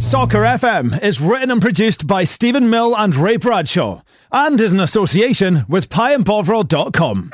Soccer FM is written and produced by Stephen Mill and Ray Bradshaw and is an association with pieandbovril.com.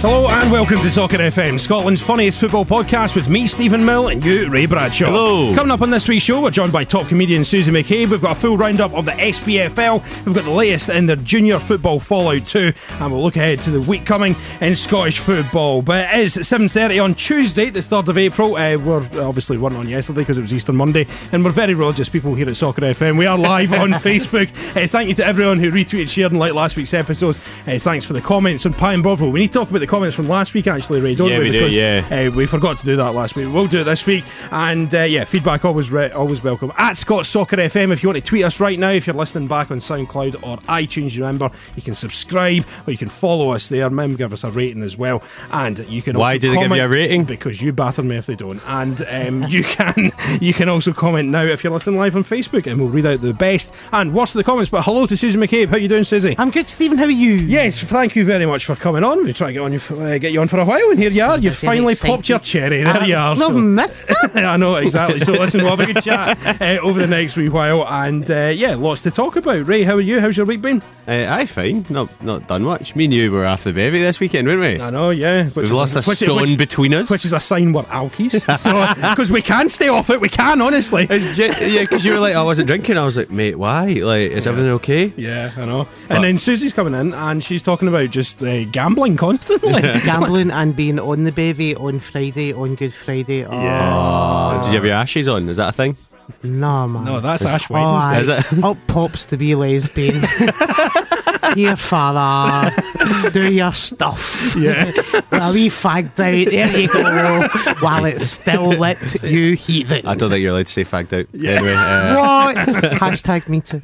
Hello and welcome to Soccer FM, Scotland's funniest football podcast with me, Stephen Mill, and you, Ray Bradshaw. Hello. Coming up on this week's show, we're joined by top comedian Susie McCabe. We've got a full roundup of the SPFL. We've got the latest in their junior football fallout too, and we'll look ahead to the week coming in Scottish football. But it is 7.30 on Tuesday, the 3rd of April. Uh, we're obviously weren't on yesterday because it was Easter Monday, and we're very religious people here at Soccer FM. We are live on Facebook. Uh, thank you to everyone who retweeted, shared, and liked last week's episode. Uh, thanks for the comments on Pie and Bovril. We need to talk about the comments from last week, actually, Ray, don't Yeah, we? we do, because, yeah. uh, we forgot to do that last week. We'll do it this week. And uh, yeah, feedback always re- always welcome. At Scott Soccer FM, if you want to tweet us right now, if you're listening back on SoundCloud or iTunes, remember you can subscribe or you can follow us there. Remember, give us a rating as well. And you can Why also do they give comment- you a rating? Because you batter me if they don't. And um, you can you can also comment now if you're listening live on Facebook, and we'll read out the best and worst of the comments. But hello to Susan McCabe. How you doing, Susie? I'm good, Stephen. How are you? Yes, thank you very much for coming on. We try to get on you, f- uh, get you on for a while, and here you are. You've Busy and finally excited. popped your cherry. There you are. Ah, Love so- missed it. I know exactly. So listen, we'll have a good chat uh, over the next wee while, and uh, yeah, lots to talk about. Ray, how are you? How's your week been? Uh, I fine. Not not done much. Me and you were after the baby this weekend, weren't we? I know, yeah. Which We've is lost a which- stone which- between us. which is a sign we're alkies. So because we can stay off it, we can honestly. It's ge- yeah, because you were like, "Oh, I wasn't drinking. I was like, mate, why? Like, is everything okay? Yeah, I know. And then Susie's coming in, and she's talking about just uh, gambling constantly. Gambling and being on the bevy on Friday, on Good Friday. Oh, Oh, did you have your ashes on? Is that a thing? no, man. no, that's Ash Oh, Wednesday. aye. Is it? Up pops to be lesbian. Your father, do your stuff. Yeah. a wee fagged out. There you go. While it's still lit, you heathen. I don't think you're allowed to say fagged out. Anyway, uh, what? Hashtag me too.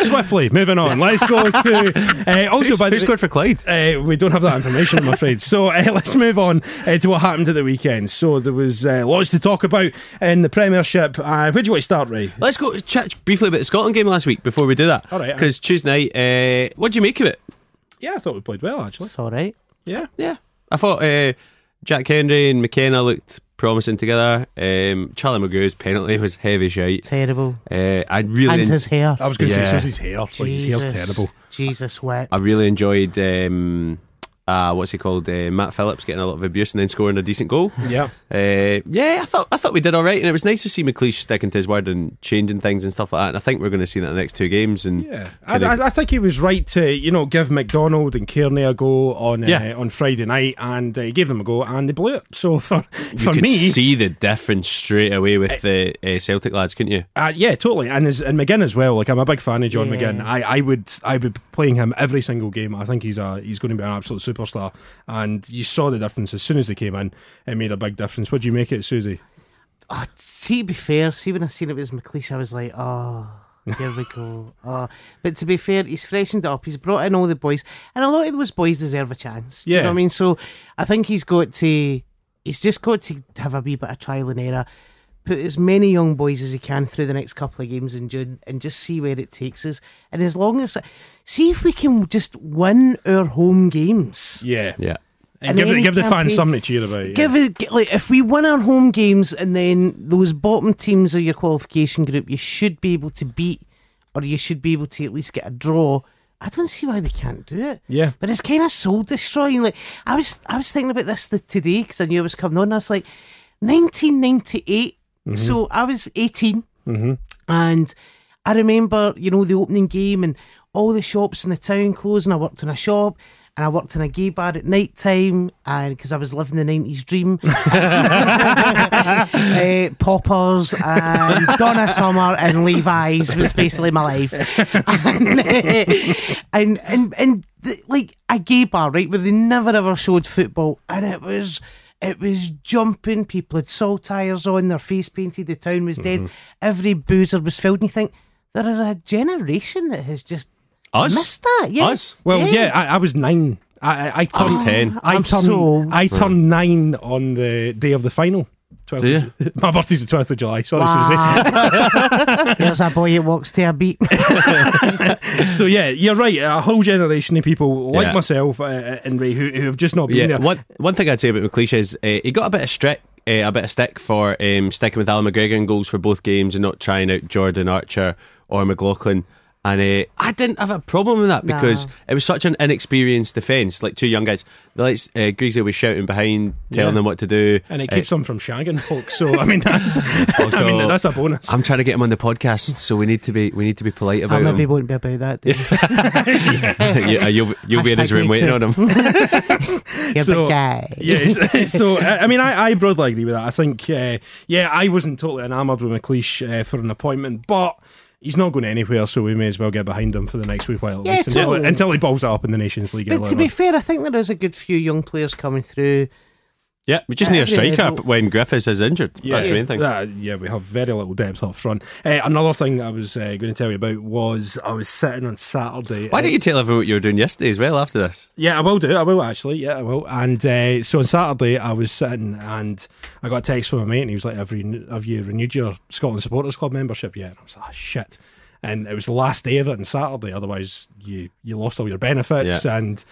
Swiftly, moving on. Let's go to uh, also who's, by who the scored for Clyde? Uh, we don't have that information, I'm afraid. So uh, let's move on uh, to what happened at the weekend. So there was uh, lots to talk about in the Premiership. Uh, where do you want to start, Ray? Let's go chat briefly about the Scotland game last week before we do that. All right. Because Tuesday night, uh, what do you make of it? Yeah, I thought we played well, actually. It's all right. Yeah. Yeah, I thought uh, Jack Henry and McKenna looked promising together. Um, Charlie McGrew's penalty was heavy shite. Terrible. Uh, I really, And en- his hair. I was going to Yeah. say, so his hair. Like, Oh, his hair's terrible. Jesus wet. I really enjoyed. Um, uh, what's he called? Uh, Matt Phillips getting a lot of abuse and then scoring a decent goal. Yeah. Uh, yeah, I thought I thought we did all right, and it was nice to see McLeish sticking to his word and changing things and stuff like that. And I think we're going to see that in the next two games. And Yeah, I, I, I think he was right to you know give McDonald and Kearney a go on uh, Yeah. on Friday night, and uh, he gave them a go, and they blew it. So for you for could me, see the difference straight away with the uh, Celtic lads, couldn't you? Uh, yeah, totally, and as, and McGinn as well. Like I'm a big fan of John Yeah. McGinn. I, I would I would be playing him every single game. I think he's a he's going to be an absolute superstar. And you saw the difference as soon as they came in. It made a big difference. What do you make it, Susie? Oh, see, to be fair, see when I seen it was McLeish, I was like, oh, here we go. Oh. But to be fair, he's freshened it up. He's brought in all the boys, and a lot of those boys deserve a chance. Do you know Yeah. what I mean? So I think he's got to, he's just got to have a wee bit of trial and error, put as many young boys as he can through the next couple of games in June, and just see where it takes us. And as long as, see if we can just win our home games. Yeah, Yeah. And And give, the- any give the fans campaign- something to cheer about. yeah. Give it g- like if we win our home games and then those bottom teams of your qualification group, you should be able to beat, or you should be able to at least get a draw. I don't see why we can't do it. Yeah. but it's kind of soul destroying. Like I was, I was thinking about this the, today because I knew I was coming on. And I was like, 1998. Mm-hmm. So I was 18. And I remember, you know, the opening game and all the shops in the town closed. And I worked in a shop and I worked in a gay bar at night time because I was living the 90s dream. uh, Poppers and Donna Summer and Levi's was basically my life. And, eh, and, and, and th- like a gay bar, right, where they never ever showed football. And it was. It was jumping. People had salt tires on, their face painted. The town was Mm-hmm. dead. Every boozer was filled. And you think there is a generation that has just Us? missed that. Yeah. Us? well, yeah, I, I was nine. I I, I, turned, was 10. I I'm turned so old. I turned nine on the day of the final. Do 12th you? of Ju- my birthday's the 12th of July. Sorry, Wow. There's a boy that walks to a beat. Susie. So, yeah, you're right. A whole generation of people like Yeah. myself uh, and Ray who, who have just not been Yeah, there. one one thing I'd say about McLeish is uh, he got a bit of strict, uh, a bit of stick for um, sticking with Alan McGregor in goals for both games and not trying out Jordan Archer or McLaughlin. And uh, I didn't have a problem with that because No. it was such an inexperienced defence, like two young guys. The lights, uh, Griggsy was shouting behind, telling Yeah. them what to do, And it Uh, keeps them from shagging folks. So, I mean, that's, I mean, Also- that's a bonus. I'm trying to get him on the podcast, so we need to be we need to be polite I about maybe him. won't be about that. Day. you, uh, you'll you'll be in his Hashtag room me waiting too. on him. You're So- a big guy. yes. so I I mean, I, I broadly agree with that. I think, uh, yeah, I wasn't totally enamoured with McLeish uh, for an appointment, but he's not going anywhere, so we may as well get behind him for the next wee while at Yeah, least until, totally. until he balls it up in the Nations League. But to early be on. fair, I think there is a good few young players coming through. yeah, we just need a Every striker level. when Griffiths is injured. That's the main thing. that- yeah, we have very little depth up front. Uh, another thing I was uh, going to tell you about was I was sitting on Saturday. Why uh, don't you tell everyone what you were doing yesterday as well after this? Yeah, I will do. I will actually. Yeah, I will. And uh, so on Saturday, I was sitting and I got a text from a mate, and he was like, "Have you, have you renewed your Scotland Supporters Club membership yet?" And I was like, oh, "Shit." And it was the last day of it on Saturday. Otherwise, you you lost all your benefits, Yeah. and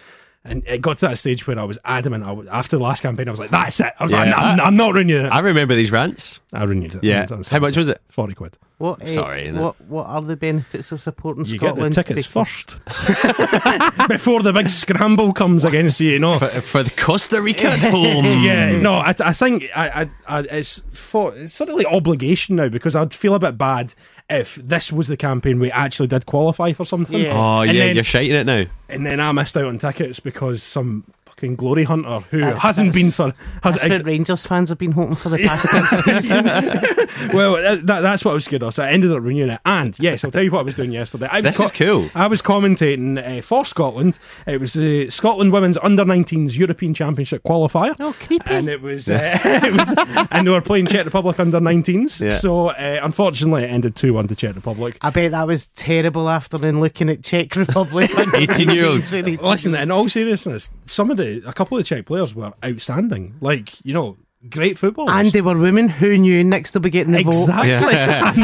and it got to that stage where I was adamant. I was, after the last campaign, I was like, "That's it." I was like, Yeah, I'm, I- I'm not renewing it." I, I remember these rants. renewed it. Yeah. On How Saturday. much was it? Forty quid. What, eh, Sorry, innit? what what are the benefits of supporting You Scotland? get the tickets Because- first before the big scramble comes against you. You know, For, for the Costa Rica at home. Yeah, no, I, I think I, I, I it's for it's sort of like obligation now because I'd feel a bit bad if this was the campaign we actually did qualify for something. Yeah. Oh, and yeah, then, you're shiting it now. and then I missed out on tickets because some fucking glory hunter who That's- hasn't been that's- for has That's ex- what Rangers fans have been hoping for the past two seasons. well, that, that- that's what I was scared of. So I ended up renewing it. And yes, I'll tell you what I was doing yesterday. I was This is cool. I was commentating uh, for Scotland. It was the Scotland Women's Under 19s European Championship qualifier. Oh, creepy. And it was, uh, it was and they were playing Czech Republic Under 19s. Yeah. So uh, unfortunately, it ended 2 1 to Czech Republic. I bet that was terrible afternoon looking at Czech Republic. 18-year-olds. Listen, in all seriousness, some of the a couple of the Czech players were outstanding. Like you know, great footballers. And they were women who knew next they'll be getting the vote. exactly.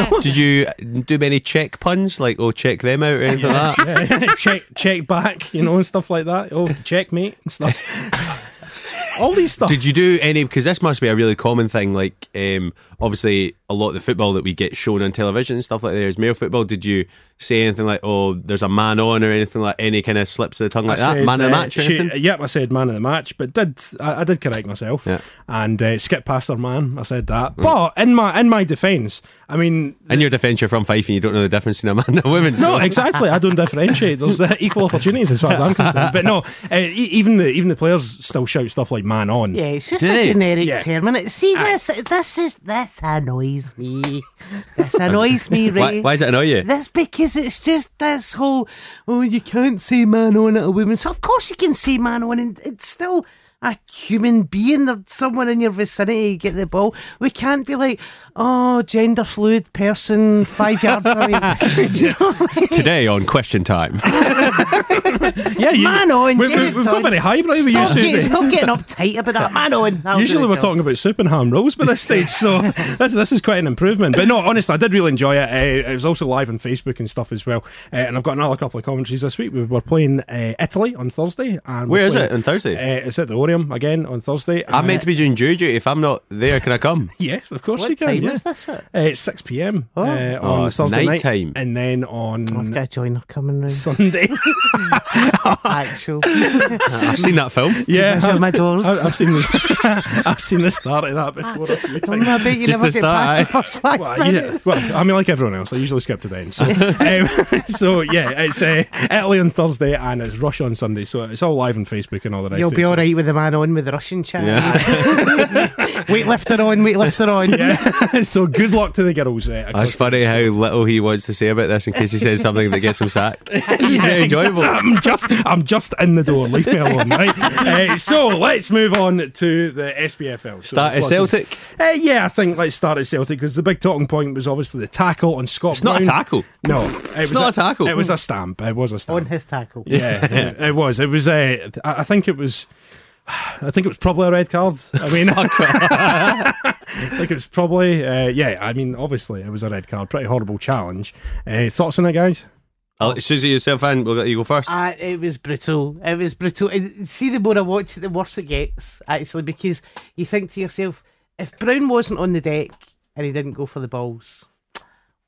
Yeah. Did you do many check puns? Like, oh, check them out or anything like that? check check back, you know, and stuff like that. Oh, checkmate and stuff. All these stuff. Did you do any? Because this must be a really common thing. Like, um, obviously, a lot of the football that we get shown on television and stuff like that is male football. Did you say anything like, oh, there's a man on or anything like any kind of slips of the tongue like that? man of the uh, match or she- anything? yep, I said man of the match, but did I, I did correct myself Yeah. Mm. and uh, skip past her man. I said that, but in my in my defence, I mean, In your defence, you're from Fife and you don't know the difference in a man and a woman. No, so- exactly. I don't differentiate. There's uh, equal opportunities as far as I'm concerned. But no, uh, e- even the even the players still shout stuff like "man on." Yeah, it's just Do a they? generic Yeah. term. And it, see, this, this is this annoys me. This annoys me, why, right? why does it annoy you? That's because it's just this whole oh you can't say man on at a woman. So of course you can say man on, and it's still a human being. There's someone in your vicinity. You get the ball. We can't be like oh gender fluid person five yards away. Do you know what I mean? Today on Question Time. yeah, you, man on. We, get we, it we've done. got very high with you, Stop, get, Susie. stop getting uptight about that man on. That'll do Usually the we're job. talking about soup and ham rolls by this stage, so this, this is quite an improvement. But no, honestly, I did really enjoy it. Uh, it was also live on Facebook and stuff as well. Uh, and I've got another couple of commentaries this week. We were playing uh, Italy on Thursday. and we're Where is playing- it on Thursday? Uh, it's at the Orium again on Thursday. Eh, I'm meant to be doing juju. If I'm not there, can I come? Yes, of course What you can. time yeah. is this at? Uh, it's 6 p.m. Uh, on Oh, it's Thursday night, nighttime. and then on I've got a joiner coming round. Sunday. Actual. I've seen that film. yeah, Shut my I, doors. have seen this. I've seen the start of that before. A few times. I bet you Just never the get start, past the first five Well, you- minutes. well, I mean, like everyone else, I usually skip to the end. So, um, so yeah, it's uh, Italy on Thursday and it's Russia on Sunday. So it's all live on Facebook and all the rest. You'll of it, be so- all right with the man on with the Russian chat. Yeah. Weightlifter on, weightlifter on. Yeah. so good luck to the girls. Uh, That's across- funny how little he wants to say about this in case he says something that gets him sacked. This is Yeah, exactly. very enjoyable. I'm just, I'm just in the door. Leave me alone, right? Uh, so let's move on to the SPFL. So Start at let's- Celtic. Uh, yeah, I think let's start at Celtic because the big talking point was obviously the tackle on Scott. It's not a Brown. tackle. No, it was not a tackle. It was a stamp. It was a On stamp. his tackle. yeah, it, it was. It was. Uh, I I think it was. I think it was probably a red card. I mean, I think it was probably, uh, yeah, I mean, obviously it was a red card. Pretty horrible challenge. Uh, thoughts on it, guys? I'll, Uh, Susie, yourself in. We'll let you go first. Uh, it was brutal. It was brutal. And see, the more I watch it, the worse it gets, actually, because you think to yourself, if Brown wasn't on the deck and he didn't go for the balls,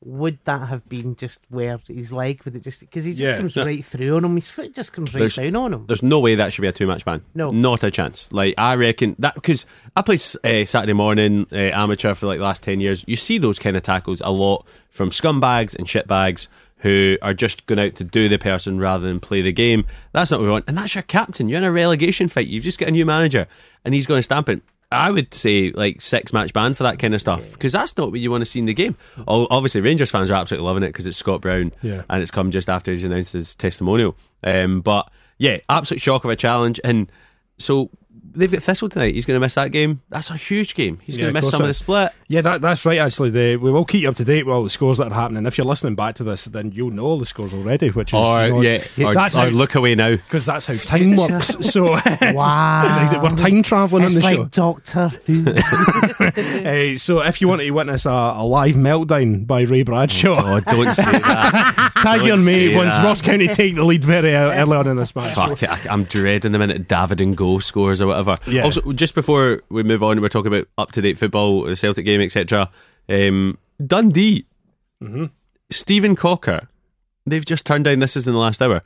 would that have been just where his leg would it just because he just Yeah. comes right through on him, his foot just comes right There's- down on him. There's no way that should be a two match ban. No. not a chance. Like I reckon that because I play uh, Saturday morning uh, amateur for like the last ten years. You see those kind of tackles a lot from scumbags and shitbags who are just going out to do the person rather than play the game. That's not what we want. And that's your captain. You're in a relegation fight. You've just got a new manager, and he's going to stamp it. I would say like six match ban for that kind of stuff because that's not what you want to see in the game. Al- Obviously, Rangers fans are absolutely loving it because it's Scott Brown Yeah. and it's come just after he's announced his testimonial. Um, but yeah, absolute shock of a challenge. And so they've got Thistle tonight. He's going to miss that game. That's a huge game. He's Yeah, going to miss of course some of it the is. split. Yeah, that, that's right, actually. The, we will keep you up to date with all the scores that are happening. If you're listening back to this, then you'll know all the scores already, which is. Or you know, yeah, or, that's how, or look away now. Because that's how time works. So Wow. we're time traveling on It's the like show. Doctor Who. Uh, so if you want to witness a, a live meltdown by Ray Bradshaw, Oh, don't say that. tag don't your mate say once that. Ross County take the lead very uh, early on in this match. Fuck it, I, I'm dreading the minute David and Go scores or whatever. Yeah. Also, just before we move on, we're talking about up to date football, the Celtic game, etc. Um, Dundee, Mm-hmm. Stephen Cocker, they've just turned down. This is in the last hour.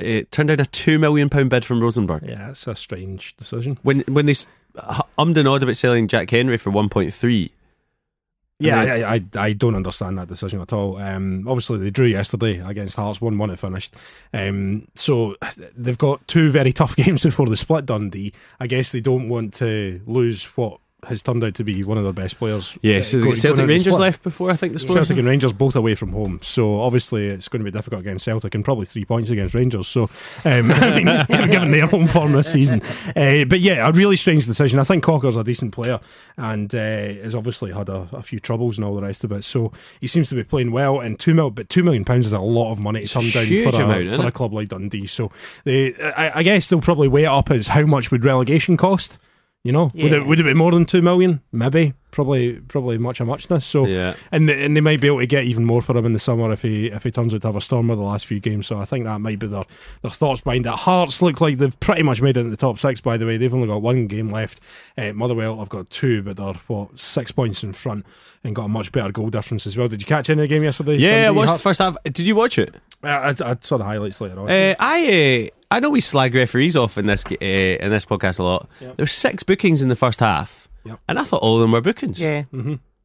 Uh, turned down a two million pound bid from Rosenborg. Yeah, that's a strange decision. when when they s- h- ummed and awed about selling Jack Henry for 1.3. Yeah, And I, I, I don't understand that decision at all. Um, obviously, they drew yesterday against Hearts, 1 1 it finished. Um, so they've got two very tough games before the split, Dundee. I guess they don't want to lose what has turned out to be one of their best players. Yeah, uh, so going- the Celtic going into the Rangers split. left before I think the Spurs. Celtic and Rangers both away from home, so obviously it's going to be difficult against Celtic and probably three points against Rangers. So, um, I mean, given their home form this season, uh, but yeah, a really strange decision. I think Cocker's a decent player and uh, has obviously had a, a few troubles and all the rest of it. So he seems to be playing well. And two mil, but two million pounds is a lot of money to turn down huge for, amount, a, isn't for a it? club like Dundee. So they, I, I guess they'll probably weigh it up as how much would relegation cost. You know, would, Yeah. it, would it be more than two million? Maybe, probably, probably much a muchness. So Yeah. and they, and they might be able to get even more for him in the summer if he if he turns out to have a storm with the last few games. So I think that might be their their thoughts behind it. Hearts look like they've pretty much made it into the top six. By the way, they've only got one game left. Uh, Motherwell have got two, but they're what six points in front and got a much better goal difference as well. Did you catch any of the game yesterday? Yeah, I Dundee, watched the Hearts? first half. Did you watch it? Uh, I, I saw the highlights later on. Uh, I uh, I know we slag referees off in this uh, in this podcast a lot. There were six bookings in the first half, Yep. and I thought all of them were bookings. Yeah.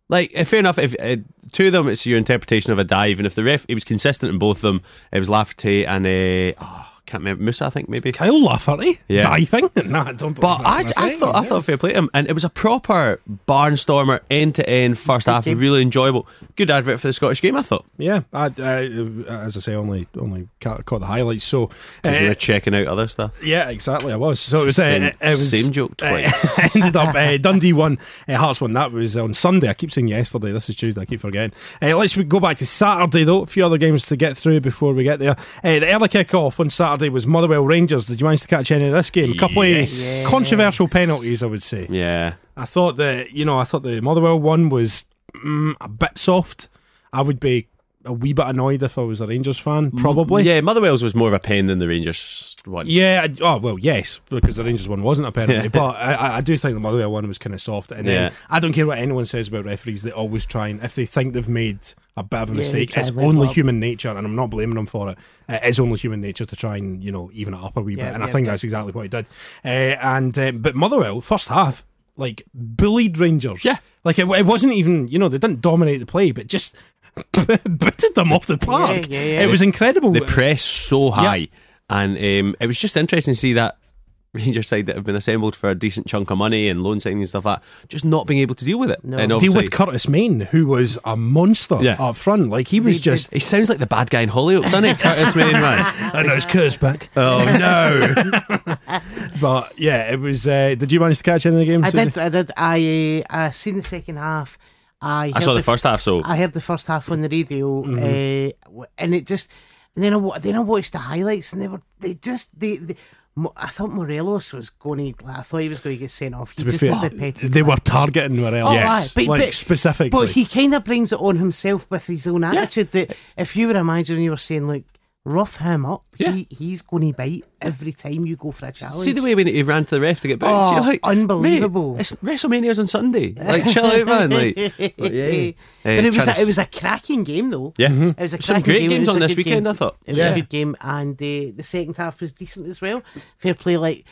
Like, uh, fair enough. If uh, two of them, it's your interpretation of a dive, and if the ref, it was consistent in both of them. It was Lafferty and uh, oh, can't remember Musa, I think maybe. Kyle Lafferty Yeah. diving. nah, I don't. But believe that. I, That's I it. thought I thought fair play to him, and it was a proper barnstormer, end to end first half, game. really enjoyable. Good advert for the Scottish game, I thought. yeah. I, I, as I say, only only ca- caught the highlights. So Because you uh, were checking out other stuff. Yeah, exactly. I was. So it was, uh, Same, it was uh, same joke twice. ended up uh, Dundee won, uh, Hearts won. That was on Sunday. I keep saying yesterday. This is Tuesday. I keep forgetting. Uh, let's go back to Saturday though. A few other games to get through before we get there. Uh, the early kick-off on Saturday was Motherwell Rangers. Did you manage to catch any of this game? A couple Yes. of controversial penalties, I would say. yeah. I thought that you know, I thought the Motherwell one was mm, a bit soft. I would be a wee bit annoyed if I was a Rangers fan, probably. Yeah, Motherwell's was more of a pain than the Rangers one. Yeah. I- Oh well, yes, because the Rangers one wasn't a penalty, but I- I, I do think the Motherwell one was kind of soft. And Yeah. then I don't care what anyone says about referees; they always try and if they think they've made a bit of a they mistake, try it's and level only up. human nature, and I'm not blaming them for it. It is only human nature to try and you know even it up a wee Yeah, bit, and I yeah, think yeah. that's exactly what he did. Uh, and uh, but Motherwell first half like bullied Rangers. Yeah. like it, it wasn't even you know they didn't dominate the play, but just. booted them off the park. yeah, yeah. It was incredible. They press so high, and um, it was just interesting to see that Rangers side that have been assembled for a decent chunk of money and loan signing and stuff like that, just not being able to deal with it. And deal obviously- with Curtis Main, who was a monster Yeah. up front. Like he was They did- just. he sounds like the bad guy in Hollyoaks, doesn't he? Curtis Main, man. I know it's cursed back, Oh no! but yeah, it was. Uh, did you manage to catch any of the games? I did I did I uh, I seen the second half. I, I heard saw the f- first half, so Mm-hmm. I heard the first half on the radio, uh, w- and it just. And then I wa- then I watched the highlights, and they were they just they, they Mo- I thought Morelos was going to. I thought he was going to get sent off. He be just fair, was the petty. they were targeting Morel. Oh, yes, aye, but- like but- specifically. But he kind of brings it on himself with his own attitude. That if you were a manager and you were saying, "Look, rough him up. He, he's going to bite every time you go for a challenge." See the way when he ran to the ref to get bounced. Oh, You're like, unbelievable. Mate, it's WrestleMania's on Sunday. Like, chill out, man. Like, like, yeah. But Eh, it was a, Chance. it was a cracking game though. Yeah. Mhm. it was a Some cracking great game. It games was on a this good weekend, Game. I thought. it was Yeah. a good game, and uh, the second half was decent as well. Fair play. Like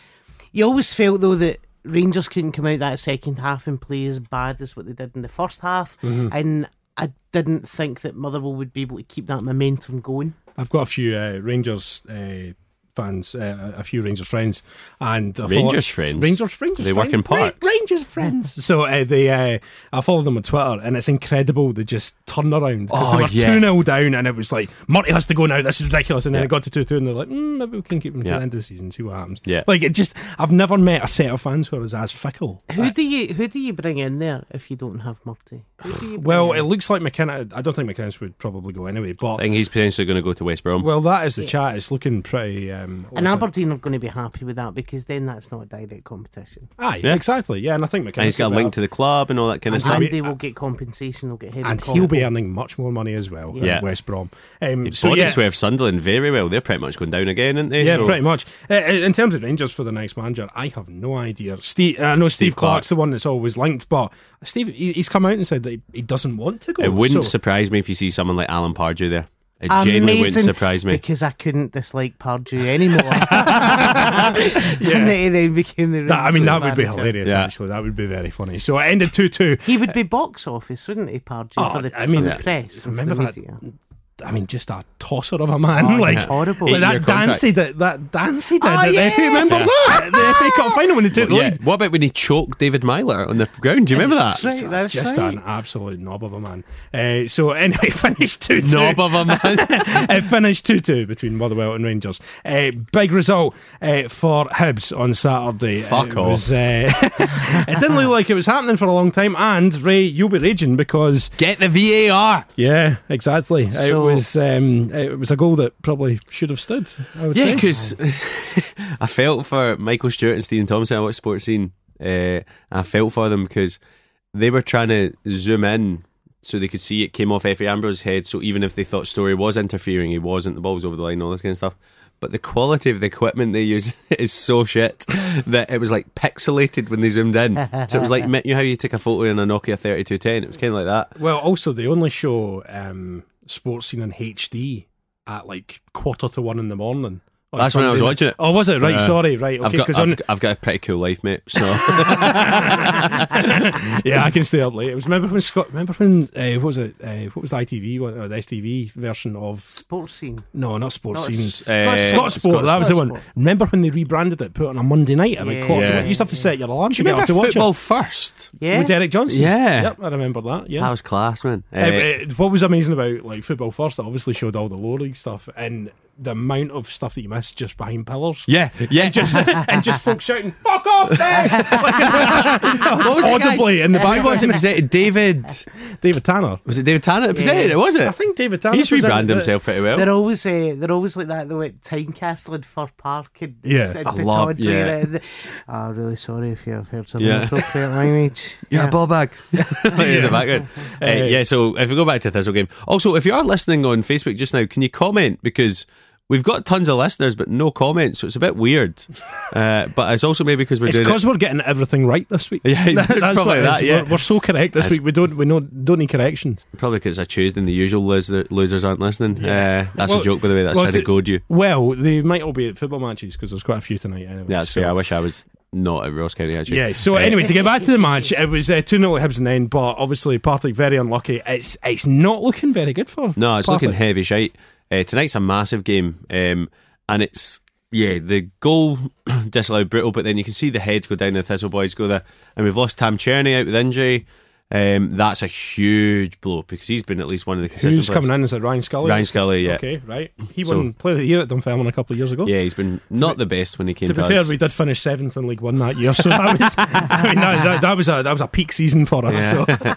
you always felt though that Rangers couldn't come out that second half and play as bad as what they did in the first half, Mm-hmm. and I didn't think that Motherwell would be able to keep that momentum going. I've got a few uh, Rangers uh, fans, uh, a few Rangers friends, and I follow- Rangers friends? Rangers, Rangers. They work friends. in Ra- parks? Rangers friends. So uh, they, uh, I follow them on Twitter, and it's incredible. They just turn around because Oh, they were two yeah. 0 down, and it was like Marty has to go now. This is ridiculous. And then it got to two two, and they're like, mm, maybe we can keep them to Yeah. the end of the season, see what happens. Yeah. Like it just, I've never met a set of fans who was as fickle. Who do you who do you bring in there if you don't have Murty? Who do you bring Well, in? it looks like McKenna. I don't think McKenna would probably go anyway, but. I think he's potentially going to go to West Brom. well, that is the chat. It's looking pretty. Um, and Aberdeen are going to be happy with that because then that's not a direct competition. Aye, exactly. Ah, Yeah, and I think McKenna. and he's got a link to the club and all that kind And of stuff. they will get compensation. They'll get heavy and comp. he'll be earning much more money as well Yeah. at West Brom. Um, so Body yeah, swerve Sunderland very well. They're pretty much going down again, aren't they? yeah, So- pretty much. Uh, uh, in terms of Rangers for the next manager, I have no idea. Steve, I know Steve, Steve Clark. Clark's the one that's always linked, but Steve, he, he's come out and said that he, he doesn't want to go. It wouldn't so- surprise me if you see someone like Alan Pardew there. It genuinely wouldn't Amazing, surprise me. because I couldn't dislike Pardew anymore. and then he then became the. that, I mean, Rangers that would be manager. hilarious. Yeah. Actually, that would be very funny. So it ended two two. He would be box office, wouldn't he, Pardew, Oh, for the, I mean, for yeah. the press, and for remember the that- media? I mean, just a tosser of a man, Oh, like yeah. Horrible. Like that Eight-year contract. dance he did, that dance he did. Oh, at the FA, yeah. remember Yeah. that? the FA Cup final when they took the Yeah. lead. What about when he choked David Myler on the ground? Do you remember that? That's right. That's just right. an absolute knob of a man. Uh, so anyway, finished two two. Knob of a man. it finished 2 2 between Motherwell and Rangers. Uh, big result uh, for Hibs on Saturday. Fuck it off. Was, uh, it didn't look like it was happening for a long time. And Ray, you'll be raging because, Get the VAR. yeah, exactly. So- it was um, it was a goal that probably should have stood. I would say. Yeah, because I felt for Michael Stewart and Stephen Thompson. I watched Sports Scene. Uh, I felt for them because they were trying to zoom in so they could see it came off Effie Ambrose's head. So even if they thought Story was interfering, he wasn't. The ball was over the line, all this kind of stuff. But the quality of the equipment they use is so shit that it was like pixelated when they zoomed in. So it was like you know how you take a photo in a Nokia thirty two ten. It was kind of like that. Well, also, they only show um, sports scene in HD at like quarter to one in the morning. on That's when I Sunday was night. watching it. Oh, was it? Right, Yeah. sorry, right. Okay, I've got 'cause I've, on, I've got a pretty cool life, mate. So yeah, I can stay up late. It was remember when Scott. Remember when uh, what was it? Uh, what was the ITV one? Or the STV version of Sports scene. no, not sports Not scenes. s- not Eh, sports. Scott Sport, that was the one. Remember when they rebranded it, put it on a Monday night at like Yeah. quarter. to one? Yeah. You used to have to set your alarm to do you get up to remember watch football it. first? Yeah. With Derek Johnson. Yeah. Yep, I remember that. Yeah. That was class, man. Uh, Eh, uh, what was amazing about like football first, it obviously showed all the lower league stuff and the amount of stuff that you missed just behind pillars. Yeah, yeah. Just and just folks shouting "fuck off" there, what was the guy- audibly in the Who was it background. presented? David. David Tanner. Was it David Tanner that presented it? Was it? I think David Tanner. He's rebranded presented it. himself pretty well. They're always uh, they're always like that though at Tynecastle and Fir Park and Yeah. and I love- Petardry yeah. and everything. Oh, really sorry if you have heard some Yeah. inappropriate language. You're a ball bag. in the background. Uh, yeah, so if we go back to the Thistle game. Also, if you are listening on Facebook just now, can you comment? Because we've got tons of listeners, but no comments, so it's a bit weird. Uh, but it's also maybe because we're It's doing because we're getting everything right this week. Yeah, That- that's probably what it is. that, yeah. we're, we're so correct this week. We don't we don't, don't need corrections. it, probably because I Tuesday and the usual loser, losers aren't listening. Uh, that's Well, a joke, by the way. That's well, how they to- goad you. Well, they might all be at football matches because there's quite a few tonight. Anyway, Yeah, that's so- fair. I wish I was not at Ross County, actually. Yeah. So Uh, anyway, to get back to the match, it was uh, two 0 Hibs and then, but obviously Partick very unlucky. It's it's not looking very good for. No, it's Partick. looking heavy shite. Uh, tonight's a massive game, um, and it's yeah the goal disallowed brutal, but then you can see the heads go down, the Thistle boys go there, and we've lost Tam Cherney out with injury. Um, that's a huge blow because he's been at least one of the consistent. Who's coming in? Is it Ryan Scully? Ryan Scully, yeah, Okay, right. He So- won Player of the Year at Dunfermline a couple of years ago. yeah, he's been not the best when he came To to, be fair, us. we did finish seventh in League One that year, so that was I mean that, that, that was a that was a peak season for us. Yeah. So.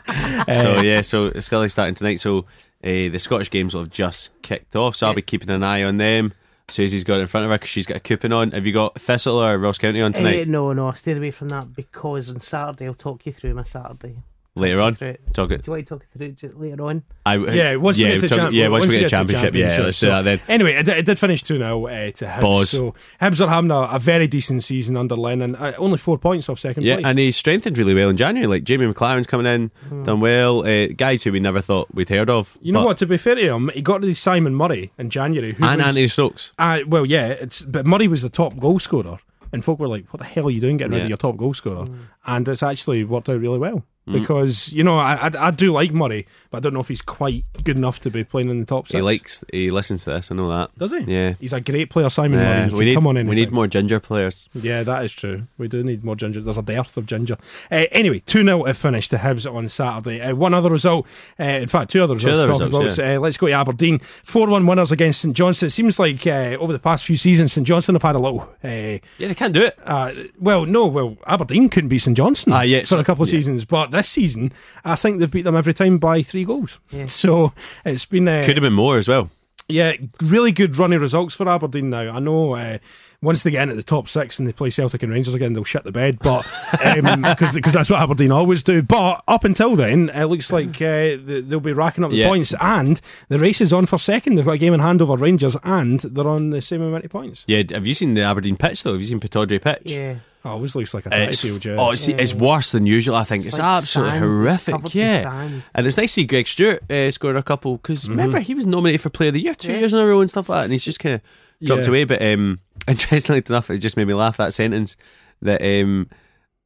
Eh. so yeah, so eh, Eh. Scully starting tonight. So uh, the Scottish games will have just kicked off, so I'll be keeping an eye on them. Susie's got it in front of her because she's got a coupon on. Have you got Thistle or Ross County on tonight? Eh, no, no, I stayed away from that because on Saturday I'll talk you through my Saturday. later on, Through it. talk Do it. you want to talk through it j- later on? I, Yeah, once we get to the talk- champ- yeah, once we get to the championship, yeah, let's do that so- then. Anyway, I did, I did finish 2 0 uh, to Hibs. Boz. So Hibs are having a, a very decent season under Lennon. Uh, only four points off second Yeah, place. and he strengthened really well in January. Like Jamie McLaren's coming in, done well. Uh, guys who we never thought we'd heard of. Hmm. you know but- what? To be fair to him, he got to the Simon Murray in January. Who And was, Anthony Stokes. Uh, well, yeah, it's but Murray was the top goal scorer, and folk were like, "What the hell are you doing getting rid Yeah. of your top goal scorer?" And it's actually worked out really well Mm. because you know I, I I do like Murray, but I don't know if he's quite good enough to be playing in the top six. He likes, he listens to this. I know that. does he? Yeah. he's a great player, Simon Murray. Yeah, He we can need, come on we anything. need more ginger players. Yeah, that is true. We do need more ginger. There's a dearth of ginger. Uh, anyway, 2 0 it finished to Hibs on Saturday. Uh, one other result, uh, in fact, two other results. other to talk results, about. Uh, let's go to Aberdeen. 4 1 winners against St Johnstone. It seems like uh, over the past few seasons, St Johnstone have had a little. Uh, Yeah, they can't do it. uh, well, no, well, Aberdeen couldn't beat St Johnstone Ah, yeah, for so- a couple of yeah. seasons, but this season, I think they've beat them every time by three goals. So it's been. Uh, Could have been more as well. yeah, really good running results for Aberdeen now. I know uh, once they get into the top six and they play Celtic and Rangers again, they'll shit the bed, but because that's what Aberdeen always do. But up until then, it looks like uh, they- they'll be racking up the Yeah. points, and the race is on for second. They've got a game in hand over Rangers, and they're on the same amount of points. Yeah, have you seen the Aberdeen pitch though? Have you seen Pataudry pitch? Yeah. Oh, Always looks like a It's, field, yeah. oh, it's, it's worse than usual. I think it's, It's like absolutely sand, it's horrific. covered in yeah, sand. and it's nice to see Greg Stewart uh, scored a couple because Mm-hmm. remember he was nominated for Player of the Year two years in a row and stuff like that, and he's just kind of dropped Yeah. away. But um, interestingly enough, it just made me laugh that sentence that um,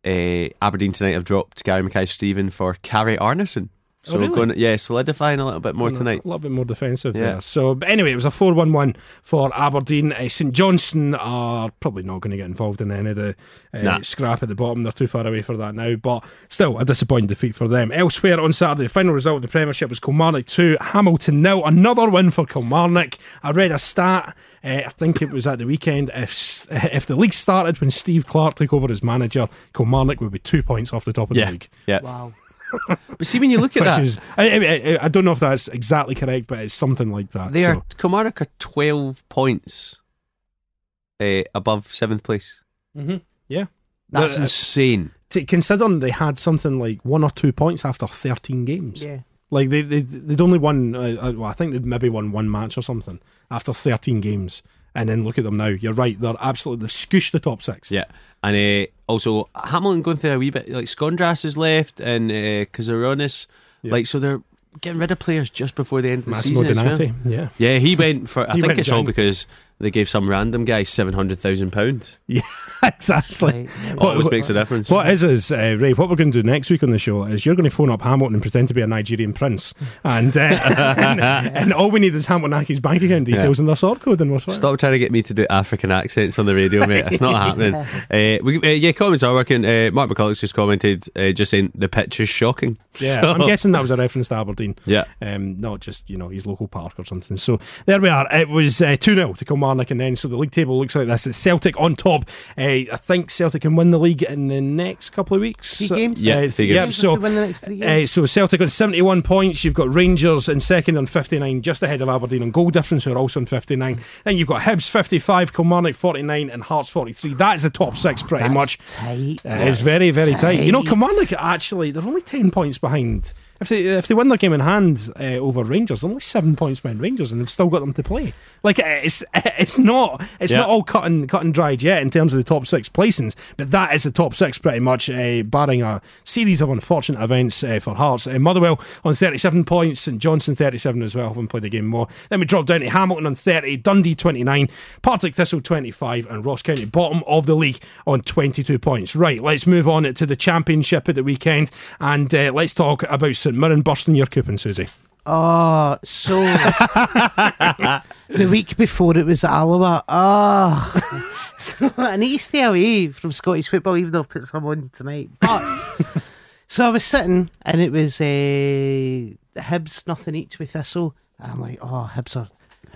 uh, Aberdeen tonight have dropped Gary Mackay Stephen for Carrie Arneson. So Oh, really? going, yeah, solidifying a little bit more tonight. A little bit more defensive Yeah. there. So, but anyway, it was a 4 1 1 for Aberdeen. Uh, St Johnston are probably not going to get involved in any of the uh, Nah. scrap at the bottom. They're too far away for that now, but still a disappointing defeat for them. Elsewhere on Saturday, the final result of the Premiership was Kilmarnock 2, Hamilton nil. Another win for Kilmarnock. I read a stat, uh, I think it was at the weekend. If s- if the league started when Steve Clark took over as manager, Kilmarnock would be two points off the top of Yeah, the league. yeah. Wow. But see, when you look at Which that, is, I, I, I- I don't know if that's exactly correct, but it's something like that. They so. are Kilmarnock are twelve points uh, above seventh place. Yeah. That's But, uh, insane. t- considering they had something like one or two points after 13 games. Yeah. Like they, they, they'd only won, uh, uh, well, I think they'd maybe won one match or something after 13 games. And then look at them now. You're right. They're absolutely, they've scooshed the top six. Yeah, and uh, also Hamilton going through a wee bit like Scondras is left and uh, Kazaronis, like so they're getting rid of players just before the end of the Massimo season. as Donati. well. Yeah. Yeah, he went for. I He think went it's all giant. because they gave some random guy seven hundred thousand pound. Yeah, exactly. Right. Yeah. Always makes a difference. What is is uh, Ray? What we're going to do next week on the show is you're going to phone up Hamilton and pretend to be a Nigerian prince, and uh, and, and all we need is Hamilton Aki's bank account details and their sort code, and we're sorted. Stop trying to get me to do African accents on the radio, mate. It's not happening. Uh, we, uh, yeah, comments are working. Uh, Mark McCulloch's just commented, uh, just saying the pitch is shocking. Yeah, So- I'm guessing that was a reference to Aberdeen. Yeah. Um, not just, you know, his local park or something. So there we are. It was 2 0 to Kilmarnock, and then so the league table looks like this. It's Celtic on top. Uh, I think Celtic can win the league in the next couple of weeks. Three games? Yeah, Uh, three yep, games. so. They win the next three Uh, games. so Celtic on 71 points. You've got Rangers in second on 59, just ahead of Aberdeen on goal difference, who are also on 59. Then you've got Hibs 55, Kilmarnock 49, and Hearts 43. That is the top six, pretty That's much. tight. It's very, very tight. You know, Kilmarnock are actually they're only ten points behind. If they if they win their game in hand uh, over Rangers, they're only seven points behind Rangers, and they've still got them to play. Like uh, it's it's not it's Yeah. not all cut and cut and dried yet in terms of the top six placings, but that is the top six pretty much, uh, barring a series of unfortunate events uh, for Hearts. Uh, Motherwell on thirty seven points, St Johnson thirty seven as well, haven't played a game more. Then we drop down to Hamilton on thirty, Dundee twenty nine, Partick Thistle twenty five, and Ross County bottom of the league on twenty two points. Right, let's move on to the championship at the weekend, and uh, let's talk about St Mirren bursting your coupon, Susie. Oh, so the week before it was at Alloa. Oh, so I need to stay away from Scottish football, even though I've put some on tonight. But so I was sitting and it was uh, Hibs nothing each with Thistle, and I'm like, oh, Hibs are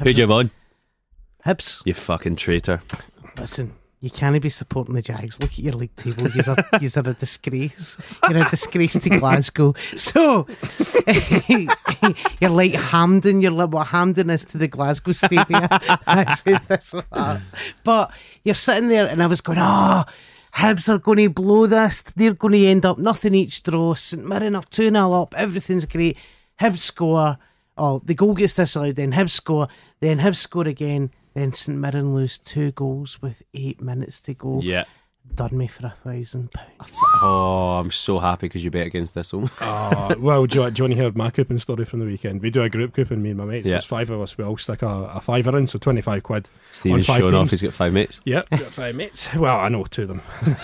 Who'd you have on? Hibs. You fucking traitor. Listen, You can't be supporting the Jags. Look at your league table. You're a, you're a disgrace. You're a disgrace to Glasgow. So you're like Hamden. You're like what Hamden is to the Glasgow Stadia. That's who this are. But you're sitting there, and I was going, ah. Hibs are going to blow this. They're going to end up nothing each draw. St Mirren are 2 0 up. Everything's great. Hibs score. Oh, the goal gets disallowed. Then Hibs score. Then Hibs score again. Then St Mirren lose two goals with eight minutes to go. Yeah. Done me for a thousand pounds. Oh, I'm so happy because you bet against this one. Uh, well, Jo- Johnny heard my coupon story from the weekend. We do a group coupon, me and my mates. Yeah. There's five of us. We all stick a, a fiver in, so 25 quid. Steven's on five showing off. teams. He's got five mates. Yep, got five mates. Well, I know two of them.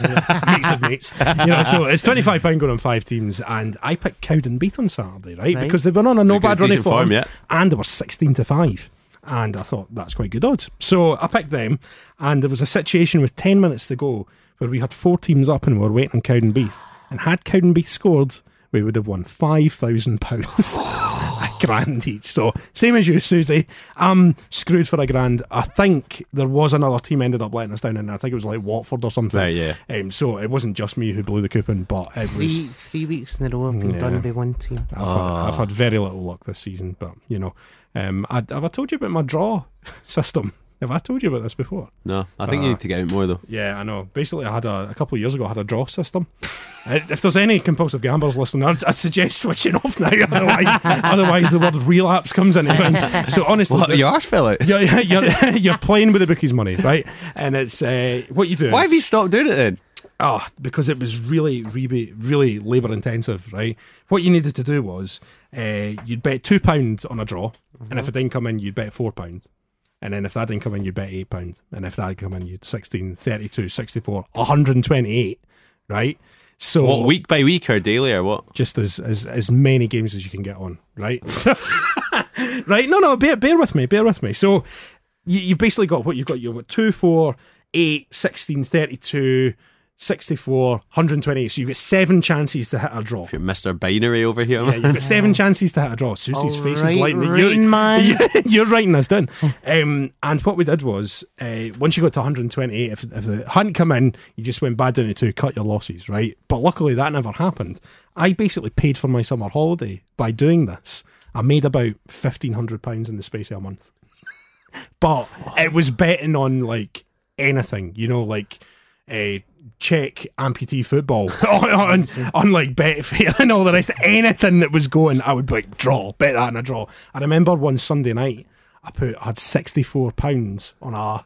mates of mates. You know, so it's twenty five pound going on five teams, and I picked Cowden Beat on Saturday, right? Right. Because they've been on a no They've got bad a run of decent form, form, yeah. and they were sixteen to five. And I thought that's quite good odds. So I picked them, and there was a situation with ten minutes to go where we had four teams up and we were waiting on Cowden Beath. And had Cowden Beath scored, we would have won five thousand pounds. a grand each. So same as you, Susie. I'm screwed for a grand. I think there was another team ended up letting us down, and I think it was like Watford or something. Right, yeah. Um, so it wasn't just me who blew the coupon, but it was. Three, three weeks in a row I've been done by one team. I've, Ah. had, I've had very little luck this season, but you know, um, I, have I told you about my draw system? Have I told you about this before? No, I think Uh, you need to get out more though. Yeah, I know. Basically, I had a, a couple of years ago, I had a draw system. Uh, if there's any compulsive gamblers listening, I'd, I'd suggest switching off now. Otherwise, otherwise the word relapse comes in. again. So honestly, What, your arse fell out. you're, you're, you're playing with the bookie's money, right? And it's uh, what you do. Why is- have you stopped doing it then? Oh, because it was really, really, really labour intensive, right? What you needed to do was uh, you'd bet two pounds on a draw, and Mm-hmm. if it didn't come in, you'd bet four pounds. And then if that didn't come in, you'd bet eight pounds. And if that didn't come in, you'd 16, 32, 64, 128, right? So What week by week or daily or what? just as, as as many games as you can get on, right? right? No, no. Bear, bear with me. Bear with me. So you, you've basically got what you've got. You've got two, four, eight, 16, 32, 64, 128. So you've got seven chances to hit a draw. You're Mr. Binary over here. Yeah, you've got seven chances to hit a draw. Susie's Uh-huh. All face is right, lighting. up. Rain Man. you're writing this down. Um, and what we did was, uh, once you got to 128, if, if the hadn't come in, you just went bad down to two, cut your losses, right? But luckily, that never happened. I basically paid for my summer holiday by doing this. I made about £1,500 in the space of a month. but it was betting on like anything, you know, like uh, Czech amputee football on, on, on like Betfair and all the rest. Anything that was going, I would be like draw, bet that and a draw. I remember one Sunday night, I put I had sixty four pounds on a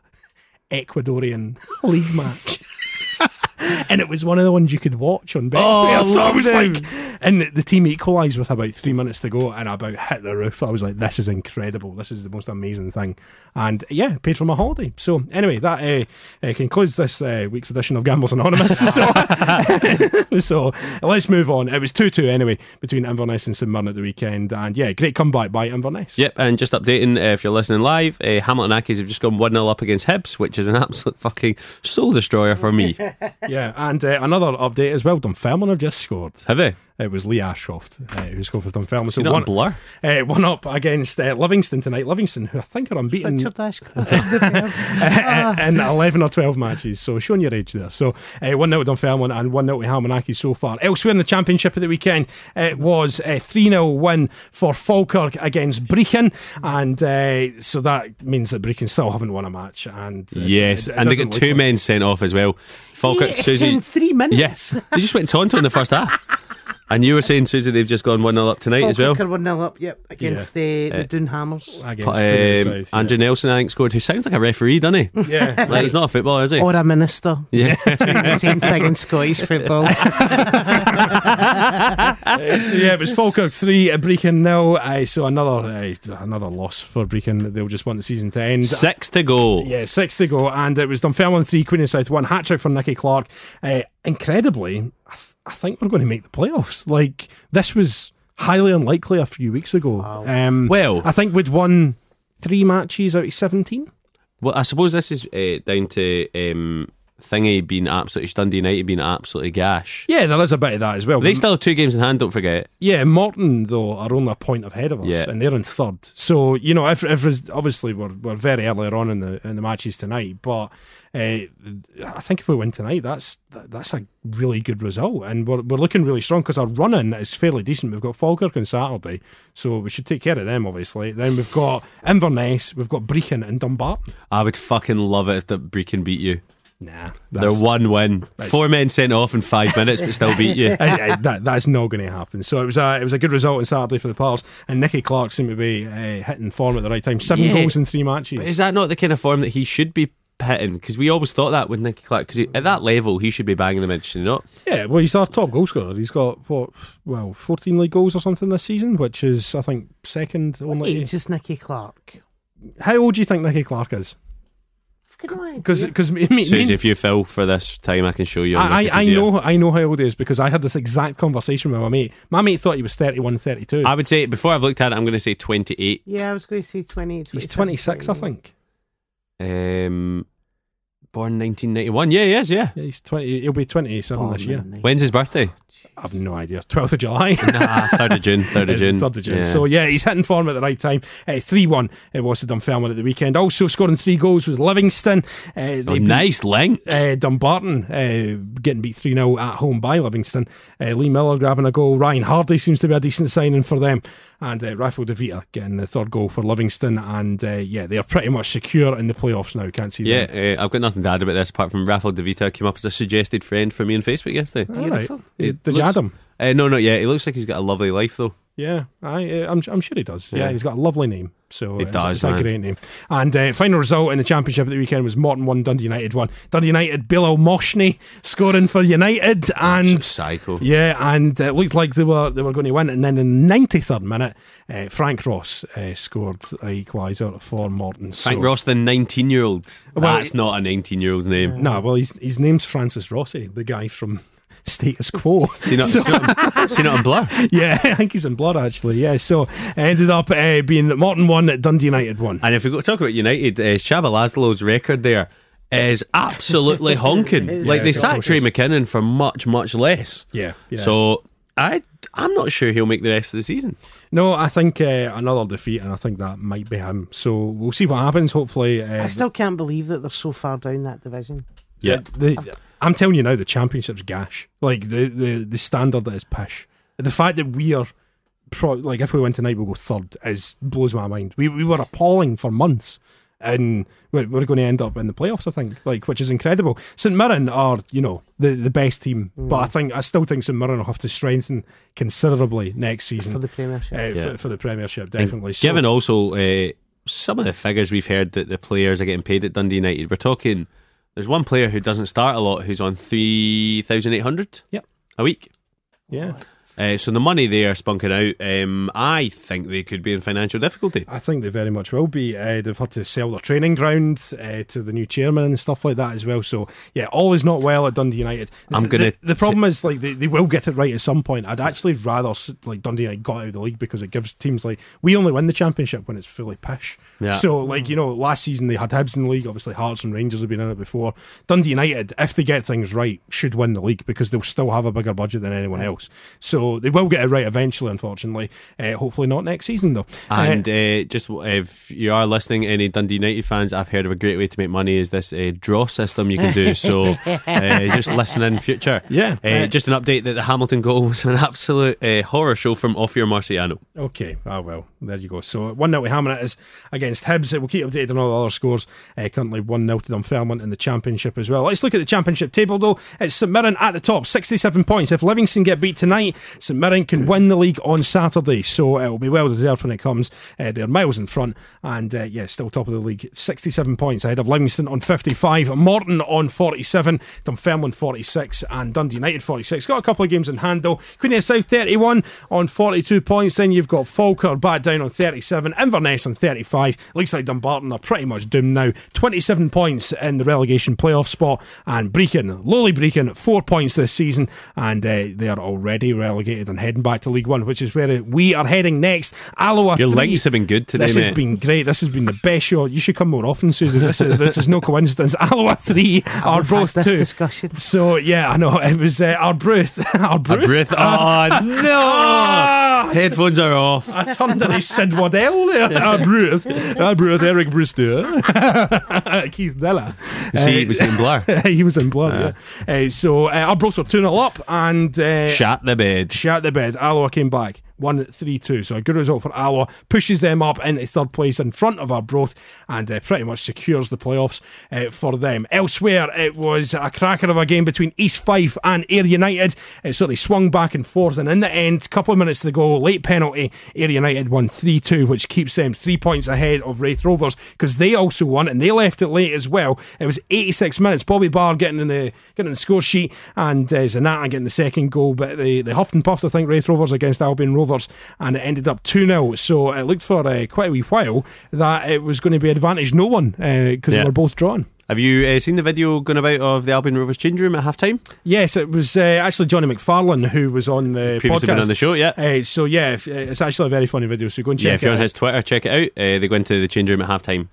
Ecuadorian league match. And it was one of the ones you could watch on Betfair. so I was like, and the team equalised with about three minutes to go, and I about hit the roof. I was like, this is incredible. This is the most amazing thing. And yeah, paid for my holiday. So anyway, that uh, uh, concludes this uh, week's edition of Gambles Anonymous. so, so let's move on. It was 2 2 anyway between Inverness and St Mirren at the weekend. And yeah, great comeback by Inverness. Yep, and just updating uh, if you're listening live, uh, Hamilton Ackies have just gone 1 0 up against Hibs, which is an absolute fucking soul destroyer for me. Yeah, and uh, another update as well. Dunfermline have just scored. Have they? It was Lee Ashcroft uh, who scored for Dunfermline. So You're not one, a blur. uh, one up against uh, Livingston tonight. Livingston, who I think are unbeaten Richard Ashcroft. in 11 or 12 matches. So showing your age there. So uh, 1 0 to Dunfermline and 1 0 to Halmanaki so far. Elsewhere in the Championship of the weekend, uh, it was a 3 0 win for Falkirk against Brechin. And uh, so that means that Brechin still haven't won a match. And it- Yes, it- it and they doesn't got look two like- men sent off as well. Falkirk, Yeah, Susie. in three minutes. Yes, they just went Tonto in the first half. And you were saying, Susie, they've just gone 1 0 up tonight as well. Falkirk are 1-0 up, yep, against uh, the Dunhammers. Against Queen Um, South, yeah. Andrew Nelson, I think, scored, who sounds like a referee, doesn't he? Yeah. Like, he's not a footballer, is he? Or a minister. yeah. the same thing in Scottish football. so yeah, it was Falkirk three, uh, Brechin nil. Uh, so another uh, another loss for Brechin. They'll just want the season to end. Six to go. yeah, six to go, and it was Dunfermline three, Queen of South one. Hat trick for Nicky Clark. Uh, incredibly, I, th- I think we're going to make the playoffs. Like this was highly unlikely a few weeks ago. Um, Well- I think we'd won three matches out of seventeen. Well, I suppose this is uh, down to um, thingy being absolutely Dundee United being absolutely gash. Yeah, there is a bit of that as well. They still have two games in hand. Don't forget. Yeah, Morton though are only a point ahead of us, Yeah. and they're in third. So you know, if, if obviously we're, we're very earlier on in the in the matches tonight, but uh, I think if we win tonight, that's that- that's a really good result, and we're, we're looking really strong because our run in is fairly decent. We've got Falkirk on Saturday, so we should take care of them. Obviously, then we've got Inverness, we've got Brechin and Dumbarton. I would fucking love it if the Bree can beat you. Nah, They're that's, one win. Four men sent off in five minutes, but still beat you. I, I, that, that's not going to happen. So it was a it was a good result on Saturday for the Pals, and Nicky Clark seemed to be uh, hitting form at the right time. Seven Yeah. goals in three matches. Is that not the kind of form that he should be hitting? Because we always thought that with Nicky Clark. Because at that level, he should be banging them in, should he not? yeah, well, he's our top goal scorer. He's got what, well, fourteen league goals or something this season, which is I think second only. It's just Nicky Clark. How old do you think Nicky Clark is? Because because me, me, Suze, me- if you fill for this time, I can show you. on I, I I Wikipedia. know I know how old he is because I had this exact conversation with my mate. My mate thought he was 31, 32. I would say before I've looked at it, I'm going to say 28. Yeah, I was going to say 28. he's twenty six, I think. Um, born 1991. Yeah, he is. Yeah. Yeah, he's twenty. He'll be twenty seven Oh, this year. When's his birthday? I've no idea. Twelfth of July. nah, third of June. Third of June. Third of June. So yeah, he's hitting form at the right time. Uh, Three one it was to Dunfermline at the weekend. Also scoring three goals was Livingston. Uh, they Oh, beat, nice link. Uh, Dumbarton uh, getting beat 3 0 at home by Livingston. Uh, Lee Miller grabbing a goal. Ryan Hardy seems to be a decent signing for them. And uh, Rafael De Vita getting the third goal for Livingston. And uh, yeah, they are pretty much secure in the playoffs now. Can't see them. Yeah, uh, I've got nothing to add about this apart from Rafael DeVita came up as a suggested friend for me on Facebook yesterday. All right. He Did you looks- add him? Uh, no, not yet. He looks like he's got a lovely life though. Yeah, I, uh, I'm, I'm sure he does. Yeah. Yeah. he's got a lovely name. So uh, He it's, does, it's a man. great name. And uh, final result in the championship at the weekend was Morton 1, Dundee United 1. Dundee United, Bill O'Moshney scoring for United. So And psycho. yeah, and it looked like they were they were going to win. And then in the 93rd minute, uh, Frank Ross uh, scored a equaliser for Morton. So, Frank Ross, the 19 year old. Well, That's not a 19 year old's name. No, well, his, his name's Francis Rossi, the guy from Status Quo. Is he not, is he not, is he not in blur? yeah, I think he's in blood, actually. Yeah, so it ended up uh, being that Morton 1, Dundee United 1. And if we go talk about United, uh, Shabba Laszlo's record there is absolutely honking. like they it's sacked Trey atrocious. McKinnon for much, much less. Yeah, yeah. So I, I'm not sure he'll make the rest of the season. No, I think uh, another defeat, and I think that might be him. So we'll see what happens. Hopefully, uh, I Mm-hmm. still can't believe that they're so far down that division. yeah. The, I'm telling you now, the championship's gash. Like the the the standard is pish. The fact that we are, pro- like, if we win tonight, we'll go third. Is blows my mind. We we were appalling for months. And we're, we're going to end up in the playoffs, I think, like which is incredible. St Mirren are, you know, the, the best team, Mm. but I think I still think St Mirren will have to strengthen considerably next season For the Premiership. Uh, Yeah. for, for the Premiership, definitely. So- Given also uh, some of the figures we've heard that the players are getting paid at Dundee United, we're talking. There's one player who doesn't start a lot who's on three thousand eight hundred. Yep. a week. yeah. Uh, so the money they are spunking out, um, I think they could be in financial difficulty. I think they very much will be. Uh, they've had to sell their training ground uh, to the new chairman and stuff like that as well. So yeah, all is not well at Dundee United. The- I'm gonna The, the problem is like they, they will get it right at some point. I'd actually rather s- like Dundee United got out of the league because it gives teams like we only win the championship when it's fully pish. Yeah. So like you know, last season they had Hibs in the league. Obviously, Hearts and Rangers have been in it before. Dundee United, if they get things right, should win the league because they'll still have a bigger budget than anyone else. So they will get it right eventually. Unfortunately, uh, hopefully not next season though. Uh, And uh, just w- if you are listening, any Dundee United fans, I've heard of a great way to make money is this uh, draw system you can do. So uh, just listen in future. Yeah. Uh, Uh, just an update that the Hamilton goal was an absolute uh, horror show from Ophir Marciano. Okay, ah well, there you go. So one 0 to Hamilton it is against Hibs. We'll keep updated on all the other scores. Uh, currently one 0 to Dunfermline in the championship as well. Let's look at the championship table though. It's St Mirren at the top, sixty seven points. If Livingston get beat tonight, St Mirren can win the league on Saturday, so it will be well deserved when it comes. Uh, they're miles in front, and uh, yeah, still top of the league, sixty seven points ahead of Livingston on fifty five, Morton on forty seven, Dunfermline forty six, and Dundee United forty six. Got a couple of games in hand though. Queen of South 31 on 42 points. Then you've got Falkirk back down on 37, Inverness on 35. Looks like Dumbarton are pretty much doomed now. 27 points in the relegation playoff spot. And Brecon, lowly Brecon, four points this season. And uh, they are already relegated. relegated and heading back to League One, which is where uh, we are heading next. Alloa. Your three. links have been good today, This mate. has been great. This has been the best show. You should come more often, Susan. This is this is no coincidence. Alloa three, We've had Arbroath this two. discussion. So yeah, I know it was uh, Arbroath. Arbroath. Breath Ah. on. no. oh, Headphones are off. I turned into Sid Waddell there. Arbroath. Arbroath. Eric Brewster. Keith Della. See, it was getting blur. he was in blood. yeah. Uh, so uh, Arbroath were 2 0 up and uh, Shat the bed. shat the bed. Alloa came back. 1 3 2. So a good result for Alloa. Pushes them up into third place in front of Arbroath and uh, pretty much secures the playoffs uh, for them. Elsewhere, it was a cracker of a game between East Fife and Air United. It certainly swung back and forth. And in the end, couple of minutes to go, late penalty, Air United won 3 2, which keeps them three points ahead of Wraith Rovers because they also won and they left it late as well. It was 86 minutes. Bobby Barr getting in the getting in the score sheet and uh, Zanata getting the second goal. But they, they huffed and puffed, I think, Wraith Rovers against Albion Rovers and it ended up 2 0. So it looked for uh, quite a wee while that it was going to be advantage no one because Yeah. they were both drawn. Have you uh, seen the video going about of the Albion Rovers change room at halftime? Yes, it was uh, actually Johnny McFarlane who was on the Previously podcast. been on the show, yeah. Uh, so yeah, if, uh, it's actually a very funny video. So go and check yeah, if you're it on out. his Twitter, check it out. Uh, they go into the change room at halftime.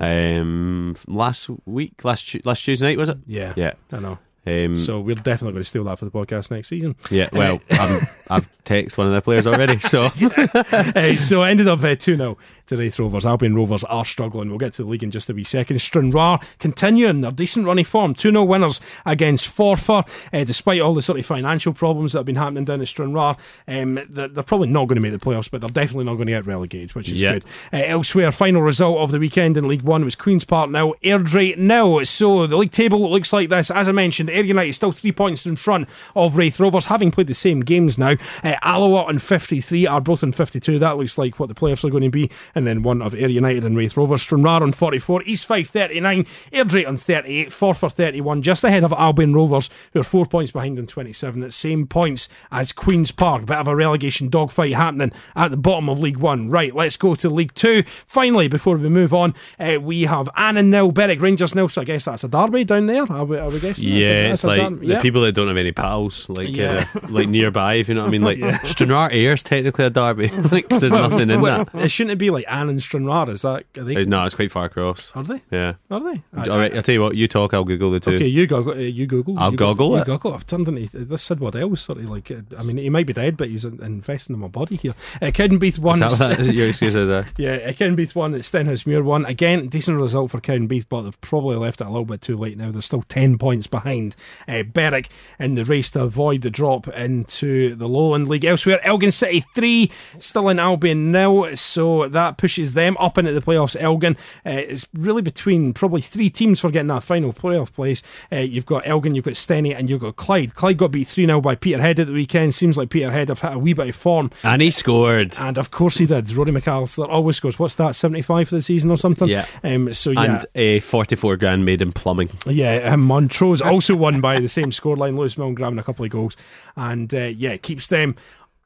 Um, last week, last Tu- last Tuesday night was it? Yeah, yeah. I know. Um, So we're definitely going to steal that for the podcast next season. yeah. Well, I'm, I've texted one of the players already, so Uh, so it ended up 2 0 to Wraith Rovers. Albion Rovers are struggling. We'll get to the league in just a wee second. Stranraer continuing their decent running form. 2 0 winners against Forfar. Uh, despite all the sort of financial problems that have been happening down at Stranraer, um, they're, they're probably not going to make the playoffs, but they're definitely not going to get relegated, which is Yeah. good. Uh, elsewhere, final result of the weekend in League One was Queen's Park now, Airdrie now. So the league table looks like this. As I mentioned, Air United still three points in front of Wraith Rovers, having played the same games now. Uh, Alloa on 53, are both on 52. That looks like what the playoffs are going to be. And then one of Air United and Wraith Rovers. Stranraer on 44, East 5 39, Airdrie on 38, Forfar 31, just ahead of Albion Rovers, who are four points behind on 27. At same points as Queen's Park. Bit of a relegation dogfight happening at the bottom of League One. Right, let's go to League Two. Finally, before we move on, uh, we have Annan nil, Berwick Rangers nil. So I guess that's a derby down there. Are we, are we guessing? That's a- yeah, that's it's a like derby. the Yeah. people that don't have any pals, like Yeah. uh, like nearby, if you know what I mean. Like Stranraer Air's technically a derby, like 'cause there's nothing in Well, that. it shouldn't it be like Annan Stranraer? Is that are they? Uh, No, it's quite far across. Are they? Yeah. Are they? I- All right, I'll tell you what. You talk. I'll Google the two. Okay, you goggle. Uh, you Google. I'll you go- goggle you it. Google. I've turned into this Sid Waddell was sort of like. uh, I mean, he might be dead, but he's in- investing in my body here. Uh, Cowdenbeath Is one. that what that is? your excuse is? Uh, Yeah, uh, Cowdenbeath won at Stenhousemuir one. Again, decent result for Cowdenbeath, but they've probably left it a little bit too late now. They're still 10 points behind uh, Berwick in the race to avoid the drop into the Lowland League. Elsewhere, Elgin City 3, still in Albion now, so that pushes them up into the playoffs. Elgin, uh, it's really between probably three teams for getting that final playoff place. Uh, you've got Elgin, you've got Steny, and you've got Clyde. Clyde got beat 3 0 by Peterhead at the weekend. Seems like Peterhead have hit a wee bit of form. and he scored. And of course he did. Rory McAllister always scores. What's that? Seventy-five for the season or something. Yeah. Um. So yeah, And a 44 grand made in plumbing. yeah. And Montrose also won by the same scoreline. Lewis Milne grabbing a couple of goals, and uh, yeah, keeps them.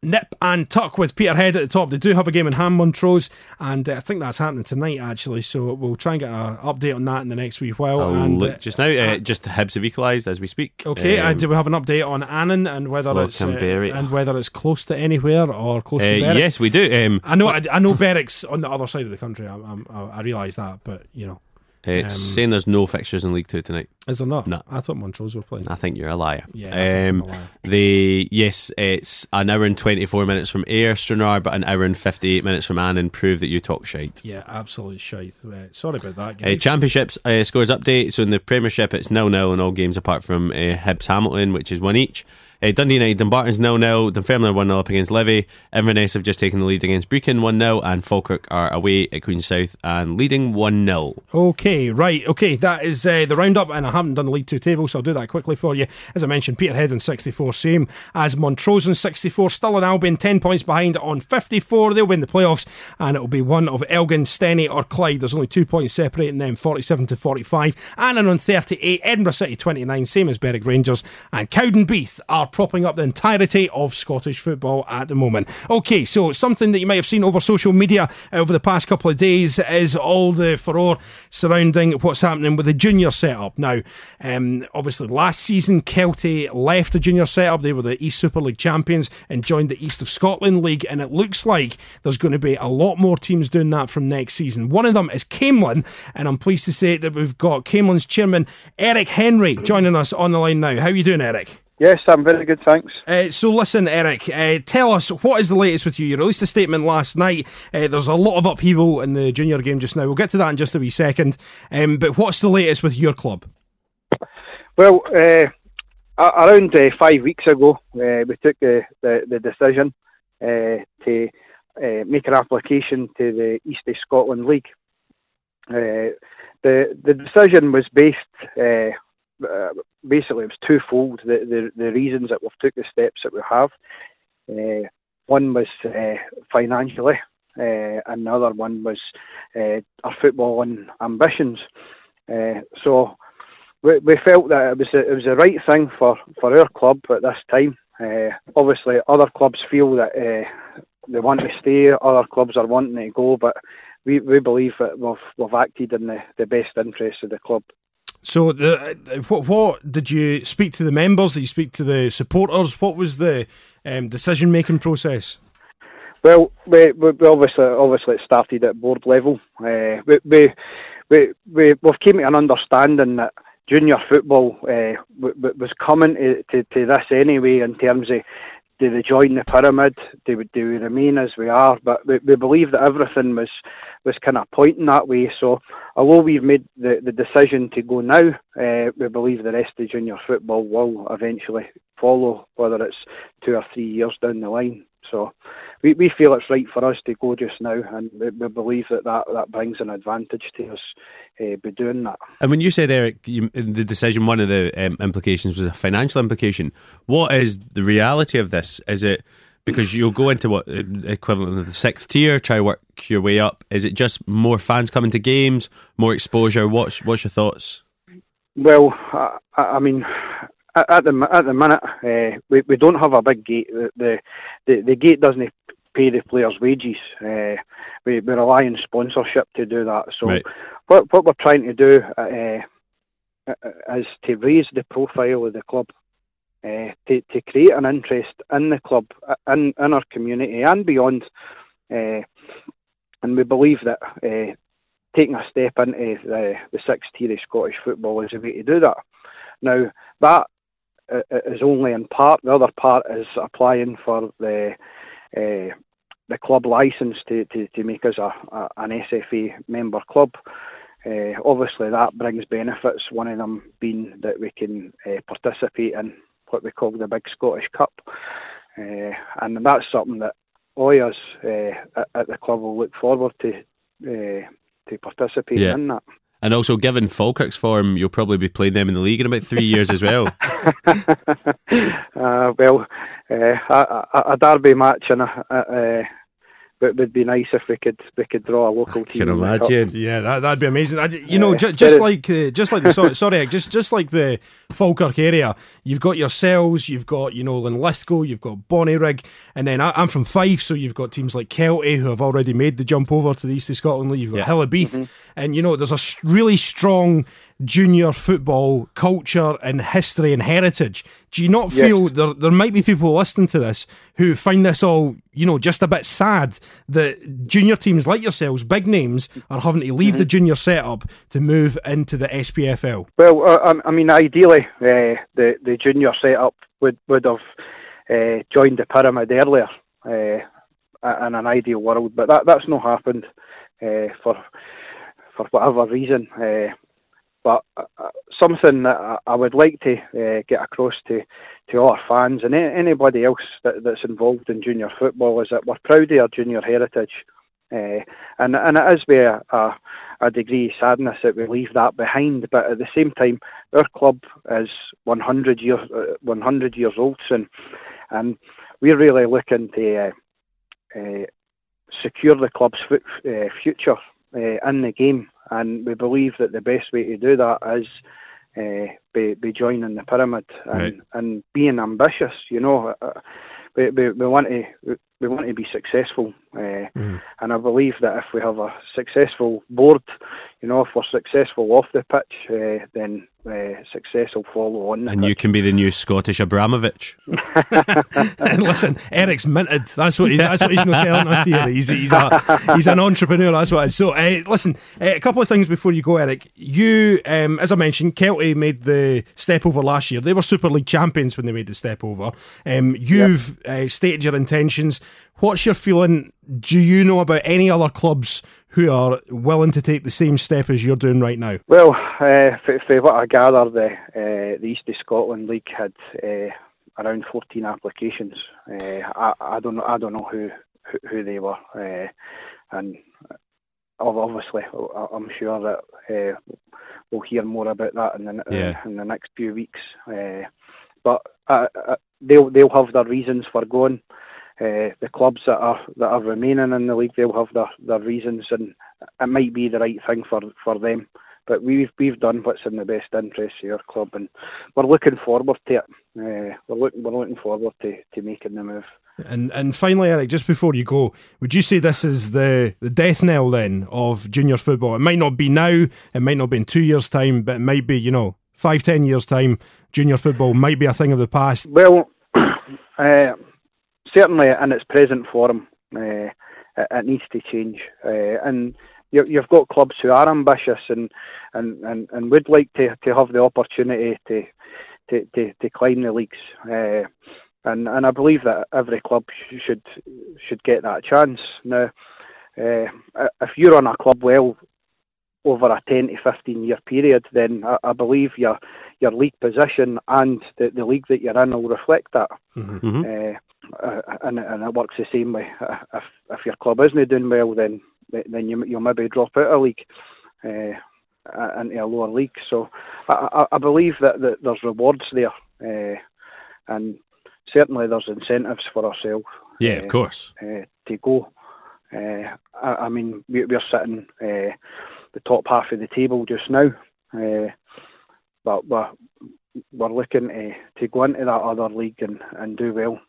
Nip and tuck with Peterhead at the top. They do have a game in Ham Montrose, and uh, I think that's happening tonight actually. So we'll try and get an update on that in the next wee while. Oh, and uh, look, just now, uh, just the Hibs have equalised as we speak. okay, Um, and do we have an update on Annan and whether Flood it's uh, Canberra. and whether it's close to anywhere or close uh, to Berwick? yes, we do. Um, I know. I, I know Berwick's on the other side of the country. I, I'm, I, I realise that, but you know. it's uh, saying there's no fixtures in League Two tonight. Is there not? No. I thought Montrose were playing. I think you're a liar. Yeah, I think I'm um, a liar. The yes, it's an hour and 24 minutes from Air Stranraer, but an hour and 58 minutes from Annan. Prove that you talk shite. Yeah, absolute shite. Uh, sorry about that, Uh, guys. championships uh, scores update. So in the Premiership, it's 0 0 in all games apart from uh, Hibs Hamilton, which is one each. Uh, Dundee United, Dumbarton's 0 0. Dunfermline 1 0 up against Levy. Inverness have just taken the lead against Brechin 1 0. And Falkirk are away at Queen's South and leading 1 0. okay, right. Okay, that is uh, the roundup, and I haven't done the League Two table, so I'll do that quickly for you. As I mentioned, Peterhead in 64, same as Montrose in 64, still in Albion, 10 points behind on 54. They'll win the playoffs, and it'll be one of Elgin, Steny, or Clyde. There's only two points separating them, 47 to 45. Annan on 38, Edinburgh City 29, same as Berwick Rangers, and Cowdenbeath are are propping up the entirety of Scottish football at the moment. Okay, so something that you might have seen over social media uh, over the past couple of days is all the furore surrounding what's happening with the junior setup. Now, um, obviously, last season, Kelty left the junior setup. They were the East Super League champions and joined the East of Scotland League, and it looks like there's going to be a lot more teams doing that from next season. One of them is Camelin, and I'm pleased to say that we've got Camelin's chairman, Eric Henry, joining us on the line now. How you doing, Eric? Yes, I'm very good, thanks. Uh, so listen, Eric, uh, tell us what is the latest with you. You released a statement last night. Uh, there's a lot of upheaval in the junior game just now. We'll get to that in just a wee second. Um, but what's the latest with your club? Well, uh, a- around uh, five weeks ago, uh, we took the, the, the decision uh, to uh, make an application to the East of Scotland League. Uh, the the decision was based uh, uh, basically it was twofold. The, the the reasons that we've took the steps that we have. Uh, one was uh, financially, uh, and the other one was uh, our footballing ambitions. Uh, so we, we felt that it was a, it was the right thing for, for our club at this time. Uh, obviously, other clubs feel that uh, they want to stay, other clubs are wanting to go, but we, we believe that we've, we've acted in the, the best interest of the club. So, the, uh, what, what did you speak to the members? Did you speak to the supporters? What was the um, decision making process? Well, we, we, we obviously obviously it started at board level. Uh, we, we we we we've came to an understanding that junior football uh, w- w- was coming to, to, to this anyway in terms of do they join the pyramid? Do we, do we remain as we are? But we, we believe that everything was was kind of pointing that way. So although we've made the, the decision to go now, uh, we believe the rest of junior football will eventually follow, whether it's two or three years down the line. So we, we feel it's right for us to go just now, and we, we believe that, that that brings an advantage to us uh, by doing that. And when you said Eric, you, in the decision one of the um, implications was a financial implication. What is the reality of this? Is it because you'll go into what uh, equivalent of the sixth tier, try work your way up? Is it just more fans coming to games, more exposure? What's what's your thoughts? Well, I, I I mean, at at the mi- at the minute, uh, we we don't have a big gate. The the, the, the gate doesn't pay the players' wages. Uh, we we rely on sponsorship to do that. So Right. what what we're trying to do uh, uh, is to raise the profile of the club. Uh, to, to create an interest in the club, uh, in, in our community and beyond. Uh, and we believe that uh, taking a step into the, the sixth tier of Scottish football is a way to do that. Now, that uh, is only in part. The other part is applying for the uh, the club licence to, to, to make us a, a, an SFA member club. Uh, obviously, that brings benefits. One of them being that we can uh, participate in what we call the Big Scottish Cup, uh, and that's something that all us uh, at, at the club will look forward to uh, to participate Yeah. in that. And also, given Falkirk's form, you'll probably be playing them in the league in about three years as well. uh, well, uh, a, a- a derby match and a, a, a would would be nice if we could we could draw a local team. Can in the cup. imagine. Yeah, that that'd be amazing. I, you know, Yeah, ju- get just it. like uh, just like the sorry, sorry, Ag, just just like the Falkirk area, you've got yourselves, you've got you know Linlithgow, you've got Bonnyrigg, and then I, I'm from Fife, so you've got teams like Kelty who have already made the jump over to the East of Scotland League. You've got Yeah. Hillabeath, Mm-hmm. and you know there's a s- really strong junior football culture and history and heritage. Do you not Yeah. feel there there might be people listening to this who find this all you know just a bit sad that junior teams like yourselves, big names, are having to leave the junior setup to move into the SPFL. Well, uh, I, I mean, ideally, uh, the the junior setup would would have uh, joined the pyramid earlier uh, in an ideal world, but that that's not happened uh, for for whatever reason. Uh, but uh, uh, something that I- I would like to uh, get across to, to all our fans and a- anybody else that, that's involved in junior football is that we're proud of our junior heritage. Uh, and and it is with a, a, a degree of sadness that we leave that behind, but at the same time, our club is 100 years uh, 100 years old soon, and we're really looking to uh, uh, secure the club's fu- eh, uh, future uh, in the game, and we believe that the best way to do that is uh, be, be joining the pyramid and, Right. and being ambitious. You know, Uh, we, we, we want to we- we want to be successful, uh, and I believe that if we have a successful board, you know, if we're successful off the pitch, uh, then uh, success will follow on. the And you pitch. can be the new Scottish Abramovich. Listen, Eric's minted. That's what he's. That's what he's not telling us here. He's he's a he's an entrepreneur. That's what. It is. So uh, listen, uh, a couple of things before you go, Eric. You, um, as I mentioned, Kelty made the step over last year. They were Super League champions when they made the step over. Um, you've uh, stated your intentions. What's your feeling? Do you know about any other clubs who are willing to take the same step as you're doing right now? Well, uh, f- from what I gather, the uh, the East of Scotland League had uh, around 14 applications. Uh, I, I don't know. I don't know who who, who they were, uh, and ob- obviously, I- I'm sure that uh, we'll hear more about that in the Yeah. in the next few weeks. Uh, but uh, uh, they'll they'll have their reasons for going. Uh, the clubs that are that are remaining in the league, they'll have their, their reasons, and it might be the right thing for, for them. But we've we've done what's in the best interest of your club, and we're looking forward to it. Uh, we're looking we're looking forward to, to making the move. And and finally, Eric, just before you go, would you say this is the, the death knell then of junior football? It might not be now, it might not be in two years' time, but it might be, you know, five, ten years' time, junior football might be a thing of the past. Well, uh, certainly in its present form, uh, it, it needs to change. Uh, and you, you've got clubs who are ambitious and and, and, and would like to, to have the opportunity to to, to, to climb the leagues. Uh, and and I believe that every club sh- should should get that chance. Now, uh, if you run a club well over a 10 to 15 year period, then I, I believe your your league position and the, the league that you're in will reflect that. Uh, uh, and, and it works the same way. Uh, If if your club isn't doing well, then then you you'll maybe drop out of league uh, uh, into a lower league. So I, I, I believe that, that there's rewards there, uh, and certainly there's incentives for ourselves Yeah, of course. uh, to go. Uh, I, I mean, we, we're sitting uh, the top half of the table just now, uh, but we're, we're looking to, to go into that other league and, and do well.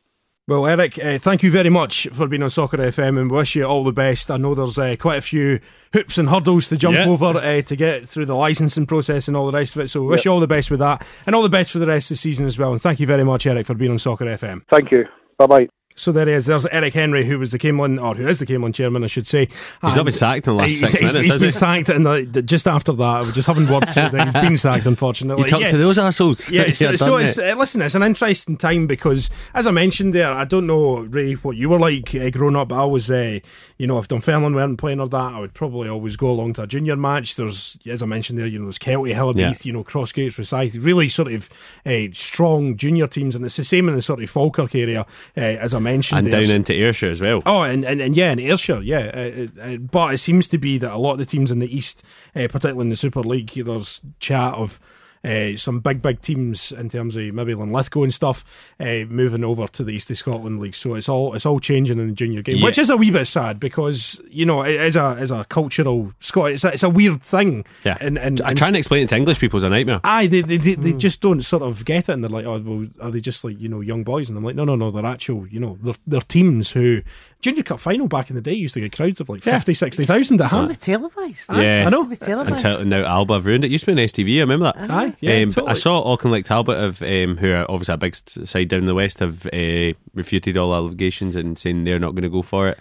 Well, Eric, uh, thank you very much for being on Soccer FM and wish you all the best. I know there's uh, quite a few hoops and hurdles to jump Yeah. over uh, to get through the licensing process and all the rest of it. So, we wish you all the best with that and all the best for the rest of the season as well. And thank you very much, Eric, for being on Soccer FM. Thank you. Bye bye. So there he is. There's Eric Henry, who was the Camelin, or who is the Camelin chairman, I should say. He's not been sacked in the last he's- six he's- minutes, he's has been he? sacked, and the, just after that, we're just having words. through that he's been sacked, unfortunately. You talk Yeah. to those assholes. Yeah, so, so it's, uh, listen, it's an interesting time because, as I mentioned there, I don't know, Ray, what you were like uh, growing up. I was, uh, you know, if Dunfermline weren't playing or that, I would probably always go along to a junior match. There's, as I mentioned there, you know, there's Kelty, Hillabeath, Yeah. you know, Crossgates, Rosyth, really sort of uh, strong junior teams. And it's the same in the sort of Falkirk area, uh, as I mentioned. and there. down So- into Ayrshire as well. Oh, and, and, and yeah, in Ayrshire, yeah. Uh, uh, uh, but it seems to be that a lot of the teams in the East, uh, particularly in the Super League, there's chat of uh, some big, big teams in terms of maybe Linlithgow and stuff uh, moving over to the East of Scotland League. So it's all it's all changing in the junior game, Yeah. which is a wee bit sad because you know it is a is a cultural Scot. It's a, it's a weird thing. yeah. and and, I and try and explain it to English people is a nightmare. Aye, they they, they, they just don't sort of get it, and they're like, oh, well, are they just like you know young boys? And I'm like, no, no, no, they're actual, you know, they're, they're teams who junior cup final back in the day used to get crowds of like Yeah. fifty, sixty thousand 50, 60,000 at It'll hand. be televised. Yeah. I know. It'll be televised. Until now, Alba have ruined it. Used to be on STV. I remember that. Aye, yeah, um, but I totally. saw Auchinleck Talbot of um, who are obviously a big s- side down the west have uh, refuted all allegations and saying they're not going to go for it.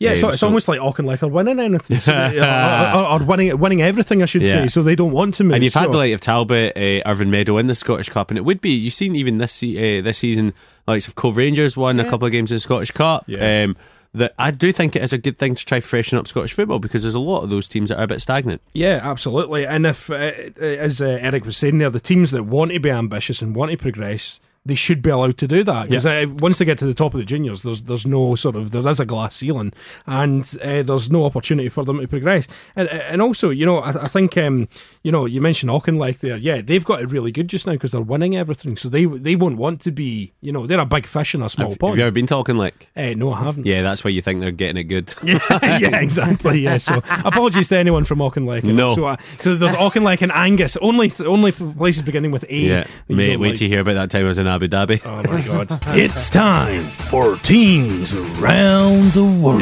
Yeah, so Um, it's almost like Auchinleck are winning anything, so they- or, or- or winning winning everything, I should Yeah. say. So they don't want to move. And you've had so- the like of Talbot, uh, Irvin Meadow in the Scottish Cup, and it would be you've seen even this se- uh, this season, likes of Cove Rangers won a couple of games in the Scottish Cup. Yeah. Um, that I do think it is a good thing to try freshen up Scottish football because there's a lot of those teams that are a bit stagnant. Yeah, absolutely. And if, uh, uh, as uh, Eric was saying there, the teams that want to be ambitious and want to progress, they should be allowed to do that because once they get to the top of the juniors, there's there's no sort of there is a glass ceiling, and uh, there's no opportunity for them to progress. And uh, and also, you know, I, I think um, you know you mentioned Auchinleck there. Yeah, they've got it really good just now because they're winning everything, so they they won't want to be you know they're a big fish in a small Have, have pond. you ever been talking like? uh, no, I haven't. Yeah, that's why you think they're getting it good. yeah, exactly. Yeah. So apologies to anyone from Auchinleck. No. So, uh, 'cause there's Auchinleck and Angus. Only only places beginning with A. Yeah, that you mate. don't Wait like. till you hear about that time I was in Abu Dhabi. Oh my god. it's time for teams around the world.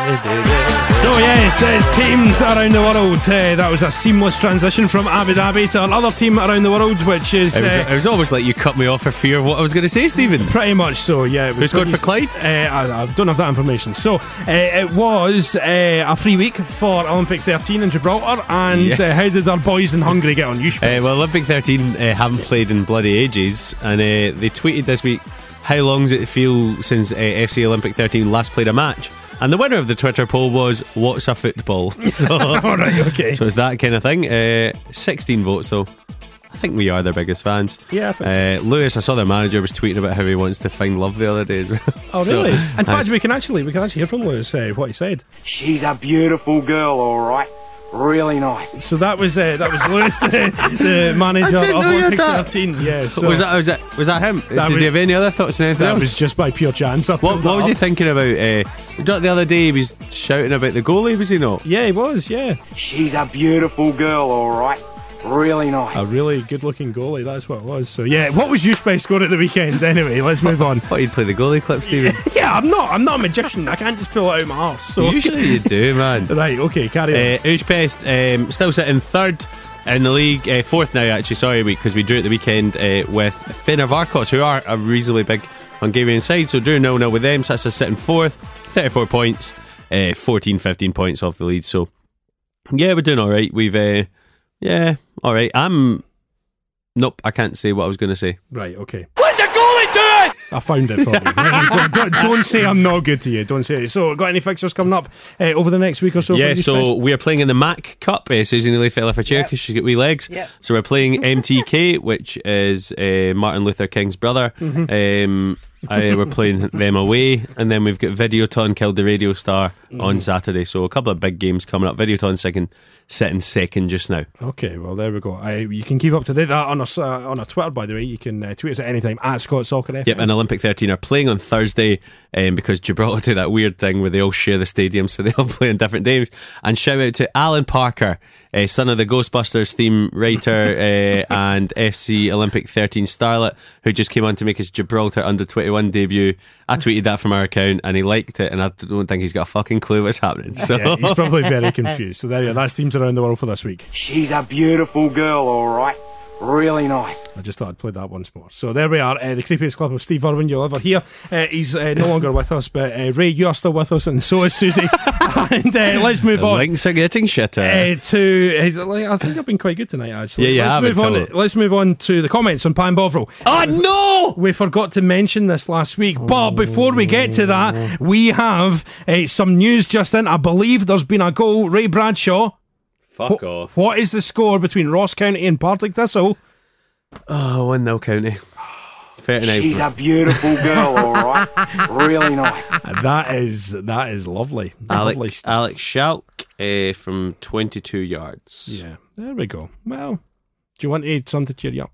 So yeah, it says teams around the world. Uh, that was a seamless transition from Abu Dhabi to another team around the world, which is It was, uh, it was almost like you cut me off for fear of what I was going to say, Stephen. pretty much so. Yeah, it was Who scored Sydney- for Clyde? Uh, I, I don't have that information. So uh, it was uh, a free week for Olympic 13 in Gibraltar. And Yeah. uh, how did our boys in Hungary get on? You should. Uh, well, Olympic 13 uh, haven't played in bloody ages, and uh, they tweeted this week, How long does it feel since uh, FC Olympic 13 last played a match? And the winner of the Twitter poll was, What's a football? So, All right, okay. so it's that kind of thing. Uh, 16 votes, though. I think we are their biggest fans. Yeah, I think uh, Lewis, I saw their manager was tweeting about how he wants to find love the other day. oh, So, really? in I- fact, we can actually we can actually hear from Lewis uh, what he said. She's a beautiful girl, all right. Really nice. So that was uh, that was Lewis, the, the manager I didn't of know you had Olympic that. 13. Yeah, so was that was that was that him? Did was- he have any other thoughts on anything that else? was just by pure chance. I What, pulled what that was up. he thinking about? Uh, the other day he was shouting about the goalie, was he not? Yeah, he was. Yeah, She's a beautiful girl, all right. Really nice. a really good-looking goalie. That's what it was. So yeah, what was your space score at the weekend? Anyway, let's move on. Thought you'd play the goalie clip, Stephen. Yeah, I'm not. I'm not a magician. I can't just pull it out of my arse. So Usually you do, man. Uh, right, okay, carry on. Ujpest um, still sitting third in the league, uh, fourth now actually. Sorry, because we drew at the weekend uh, with Fenerbahce, who are a reasonably big Hungarian side. So drew no no with them. So that's us sitting fourth, thirty-four points, uh, 14, 15 points off the lead. So yeah, we're doing all right. We've uh, yeah, all right. I'm nope. I can't say what I was going to say. right, okay. What's a goalie doing? I found it for you. There you go. don't, don't say I'm not good to you. Don't say it. So, got any fixtures coming up uh, over the next week or so? Yeah, for you, so Spence? we are playing in the Mac Cup. Uh, Susie nearly fell off her chair because she's got wee legs. So we're playing MTK, which is uh, Martin Luther King's brother. Um, uh, we're playing them away, and then we've got Videoton killed the Radio Star on Saturday. So a couple of big games coming up. Videoton second, sitting second just now. Okay, well there we go. I, you can keep up to date that on us uh, on our Twitter, by the way. You can uh, tweet us at any time at Scott Soccer. FM. Yep, and Olympic 13 are playing on Thursday um, because Gibraltar do that weird thing where they all share the stadium, so they all play on different days. And shout out to Alan Parker, uh, son of the Ghostbusters theme writer uh, and FC Olympic 13 starlet, who just came on to make his Gibraltar under 21 debut. I tweeted that from our account and he liked it, and I don't think he's got a fucking clue what's happening. So. Yeah, Uh, he's probably very confused. So there you are. That's teams around the world for this week. She's a beautiful girl, all right. Really nice. I just thought I'd play that once more. So there we are. Uh, the creepiest clip of Steve Irwin you'll ever hear. Uh, he's uh, no longer with us, but uh, Ray, you are still with us, and so is Susie. and uh, let's move on. Links are getting shitter. Uh, to uh, like, I think I've been quite good tonight actually. Yeah, you let's have, move on. until- Let's move on to the comments on Pan Bovril. oh no! We forgot to mention this last week, but before we get to that, we have uh, some news just in. I believe there's been a goal. Ray Bradshaw. Fuck Wh- off. What is the score between Ross County and Partick Thistle? Oh, 1 0 County. 39 She's a beautiful girl, all right. Really nice. that is that is lovely. lovely Alex, stuff. Alex Schalk uh, from 22 yards. Yeah, there we go. Well, do you want to something to cheer you up?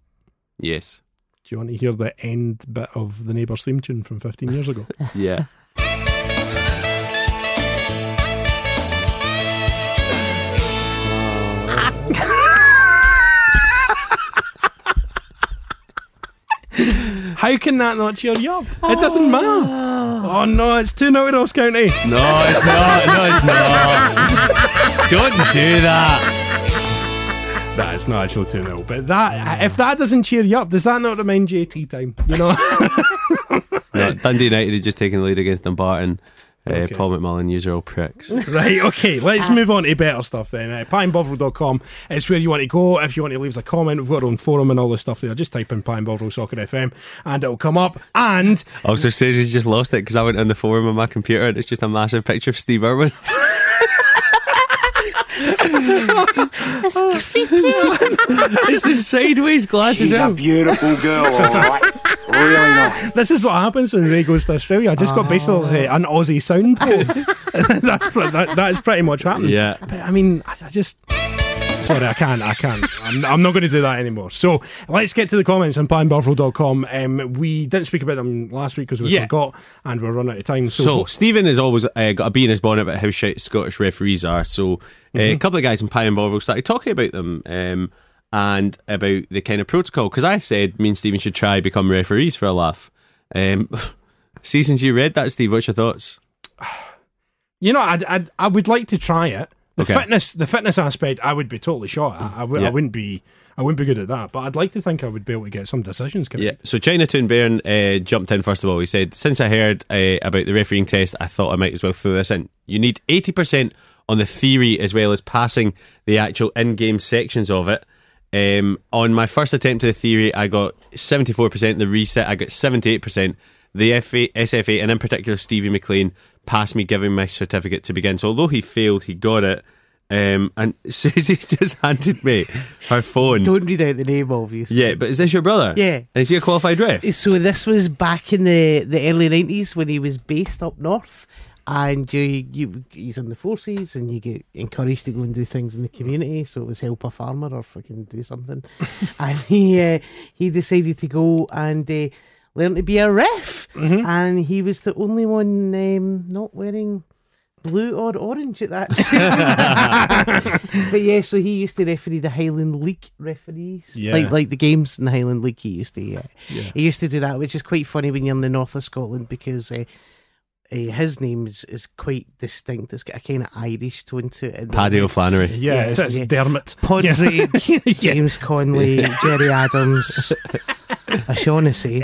Yes. Do you want to hear the end bit of the neighbours theme tune from 15 years ago? Yeah. How can that not cheer you up? It doesn't matter. Oh no, it's 2 0 to Ross County. No, it's not. No, it's not. Don't do that. That is not actually 2 0. But that if that doesn't cheer you up, does that not remind you of tea time? You know? No, Dundee United had just taken the lead against Dumbarton. Uh, Okay. Paul McMullen, user all pricks. right, okay, let's move on to better stuff then. Uh, pinebovril.com is where you want to go. If you want to leave us a comment, we've got our own forum and all this stuff there. Just type in Pine Bovril Soccer FM and it'll come up. And Also says he's just lost it because I went on the forum on my computer and it's just a massive picture of Steve Irwin. it's the sideways glasses She's a now. beautiful girl, all right. Really not. This is what happens when Ray goes to Australia. I just got basically an Aussie sound board. that's pre- that, that is pretty much happening. Yeah. But, I mean, I, I just. Sorry, I can't. I can't. I'm, I'm not going to do that anymore. So let's get to the comments on pinebarful.com. Um, we didn't speak about them last week because we Yeah. forgot and we're running out of time. So, So Stephen has always uh, got a bee in his bonnet about how shit Scottish referees are. So uh, a couple of guys in Pie and Bovril started talking about them um, and about the kind of protocol. Because I said me and Stephen should try become referees for a laugh. Um, seasons you read that, Steve. What's your thoughts? you know, I'd, I'd, I would like to try it. The Okay. fitness, the fitness aspect, I would be totally shot. at. I, w- Yeah. I wouldn't be, I wouldn't be good at that. But I'd like to think I would be able to get some decisions. Correct. Yeah. So Chinatown Bairn uh, jumped in first of all. He said, "Since I heard uh, about the refereeing test, I thought I might as well throw this in. You need eighty percent on the theory as well as passing the actual in-game sections of it." Um, on my first attempt to the theory, I got seventy-four percent. The reset, I got seventy-eight percent. The FA, SFA, and in particular Stevie McLean, passed me giving my certificate to begin. So although he failed, he got it. Um, and Susie just handed me her phone. Don't read out the name, obviously. Yeah, but is this your brother? Yeah. And is he a qualified ref? Eh, So this was back in the, the early nineties when he was based up north, and you, you he's in the forces, and you get encouraged to go and do things in the community. So it was help a farmer or fucking do something, and he uh, he decided to go and. Uh, Learn to be a ref, Mm-hmm. and he was the only one um, not wearing blue or orange at that. time. but yeah, so he used to referee the Highland League referees, Yeah. like like the games in the Highland League. He used to uh, he used to do that, which is quite funny when you're in the north of Scotland because. Uh, uh, his name is, is quite distinct. It's got a kind of Irish tone to it. and then- Paddy O'Flannery. Yeah, it's, it's yeah. Dermot. Padraig, James Conley, Jerry Adams, O'Shaughnessy,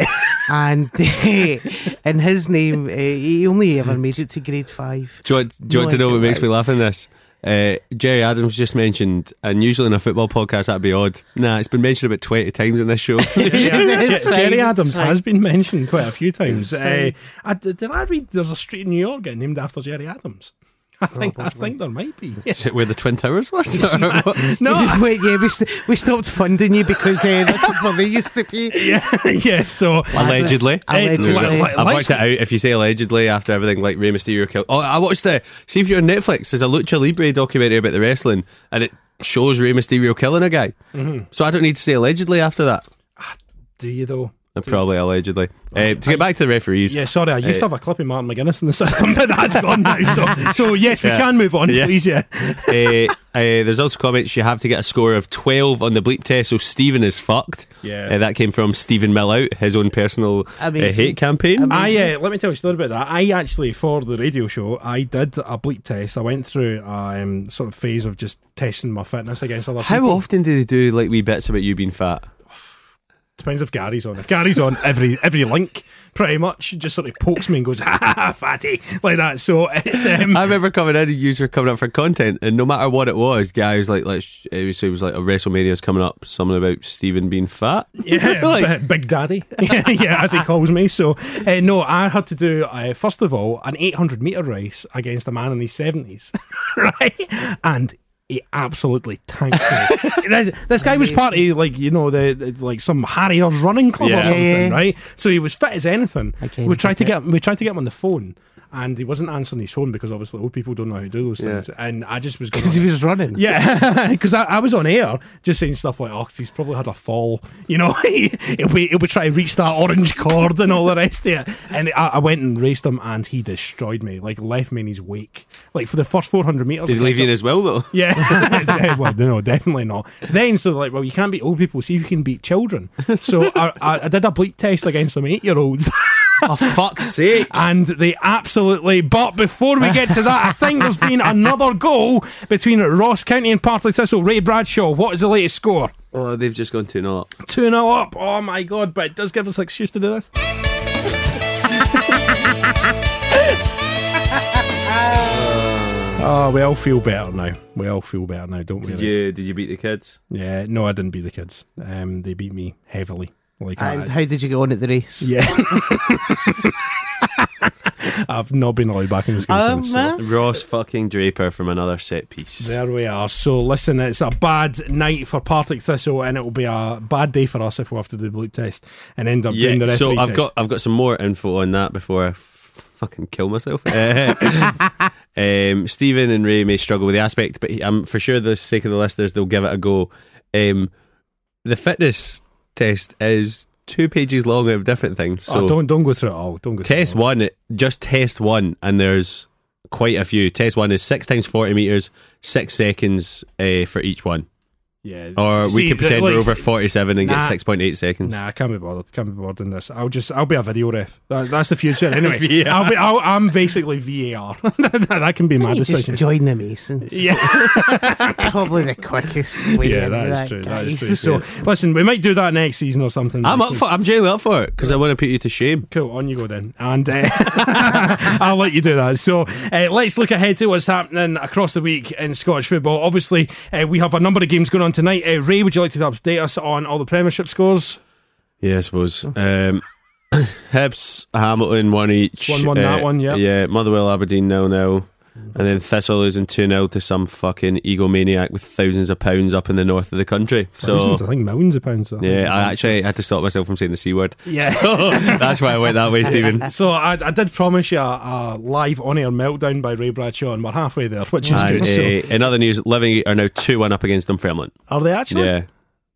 and eh, and his name. Uh, he only ever made it to grade five. Do you want, do you want to No know what idea. makes me laugh in this? Uh, Jerry Adams just mentioned, and usually in a football podcast that'd be odd. Nah, it's been mentioned about twenty times in this show. Yeah, It's Je- fine, Jerry it's Adams fine. has been mentioned quite a few times. Uh, I, did did I read there's a street in New York getting named after Jerry Adams? I think I think there might be. Is it where the Twin Towers was? Or what? No, Wait, yeah, we, st- we stopped funding you because uh, that's what they used to be. yeah, yeah. So allegedly. Allegedly. Like- like- I've worked it out. If you say allegedly after everything like Rey Mysterio killed, oh, I watched the. See if you're on Netflix. There's a Lucha Libre documentary about the wrestling, and it shows Rey Mysterio killing a guy. Mm-hmm. So I don't need to say allegedly after that. do you though? Probably allegedly. Uh, to get back to the referees, Yeah, sorry, I used Eh. to have a clip of Martin McGuinness in the system, but that's gone now. So, so yes, we Yeah. can move on, Yeah. please. Yeah, uh, uh, there's also comments you have to get a score of 12 on the bleep test, so Stephen is fucked. Yeah. Uh, that came from Stephen Millout, his own personal uh, Amazing. hate campaign. I uh, let me tell you a story about that. I actually for the radio show, I did a bleep test. I went through a um, sort of phase of just testing my fitness against other How people. often do they do like wee bits about you being fat? Depends if Gary's on. If Gary's on every every link, pretty much just sort of pokes me and goes, "Ha ha, ha, fatty," like that. So it's um, I remember coming in and you were coming up for content, and no matter what it was, guy was like, let's, it was, it was like a WrestleMania's coming up, something about Stephen being fat. yeah, Like- B- Big Daddy, yeah, as he calls me. So uh, no, I had to do uh, first of all an 800 meter race against a man in his 70s, right? And he absolutely tanked me. this, this guy was part of like you know the, the- like some Harriers running club Yeah. or Yeah, something, yeah. right? So he was fit as anything. came We to tried to get we tried to get him on the phone. And he wasn't answering his phone because obviously old people don't know how to do those Yeah. things. And I just was going, Because he was running. yeah, because I, I was on air just saying stuff like, "Oh, 'cause he's probably had a fall," you know. he'll be he'll be trying to reach that orange cord and all the rest of it. And I, I went and raced him, and he destroyed me. Like left me in his wake. Like for the first four hundred meters, Did he leave you in his will, though? yeah. Yeah, well, no, definitely not. Then, so like, well, you can't beat old people. See if you can beat children. So I, I, I did a bleep test against some eight-year-olds. oh, fuck's sake. And they absolutely. But before we get to that, I think there's been another goal between Ross County and Partley Thistle. Ray Bradshaw, what is the latest score? Oh, they've just gone to not. 2 0 up. Oh my god, but it does give us an excuse to do this. oh, we all feel better now. We all feel better now, don't we? Did you, did you beat the kids? Yeah, no, I didn't beat the kids. Um, they beat me heavily. Like I- And how did you get on at the race? Yeah. I've not been allowed back in this game Oh, since. man. Ross fucking Draper from another set piece. There we are. So listen, it's a bad night for Partick Thistle, and it will be a bad day for us if we have to do the bleep test and end up doing the Yeah, rest. so I've got I've got some more info on that before I f- fucking kill myself. um, Stephen and Ray may struggle with the aspect, but he- I'm for sure, the sake of the listeners, they'll give it a go. Um, the fitness test is two pages long of different things. So oh, don't don't go through it all. Don't go. test through it all. one, just test one, and there's quite a few. Test one is six times forty meters, six seconds uh, for each one, Yeah. or See, we can the- pretend like, we're over forty-seven and Nah. get six point eight seconds. Nah, I can't be bothered. Can't be bothered in this. I'll just I'll be a video ref. That, that's the future anyway. I'll be I'll, I'm basically VAR. that, that can be my You just decision. join the Masons. Yeah. Probably the quickest way. Yeah, into that is that, true. That is guys. true. So, listen, we might do that next season or something. I'm up for. I'm genuinely up for it because I want to put you to shame. Cool, on you go then. And uh, I'll let you do that. So uh, let's look ahead to what's happening across the week in Scottish football. Obviously, uh, we have a number of games going on tonight. Uh, Ray, would you like to update us on all the Premiership scores? Yeah, I suppose. Um, Hibs, Hamilton, one each. uh, 1-1 that one, yeah. Mm. Yeah, Motherwell, Aberdeen, nil nil. And then Thistle losing 2 0 to some fucking egomaniac with thousands of pounds up in the north of the country. So, Thousands, I think millions of pounds. I think. yeah, I actually had to stop myself from saying the C word. Yeah. So that's why I went that way, Stephen. So I, I did promise you a, a live on-air meltdown by Ray Bradshaw, and we're halfway there, which is And good. So, uh, in other news, Living are now 2 1 up against Dunfermline. are they actually? Yeah.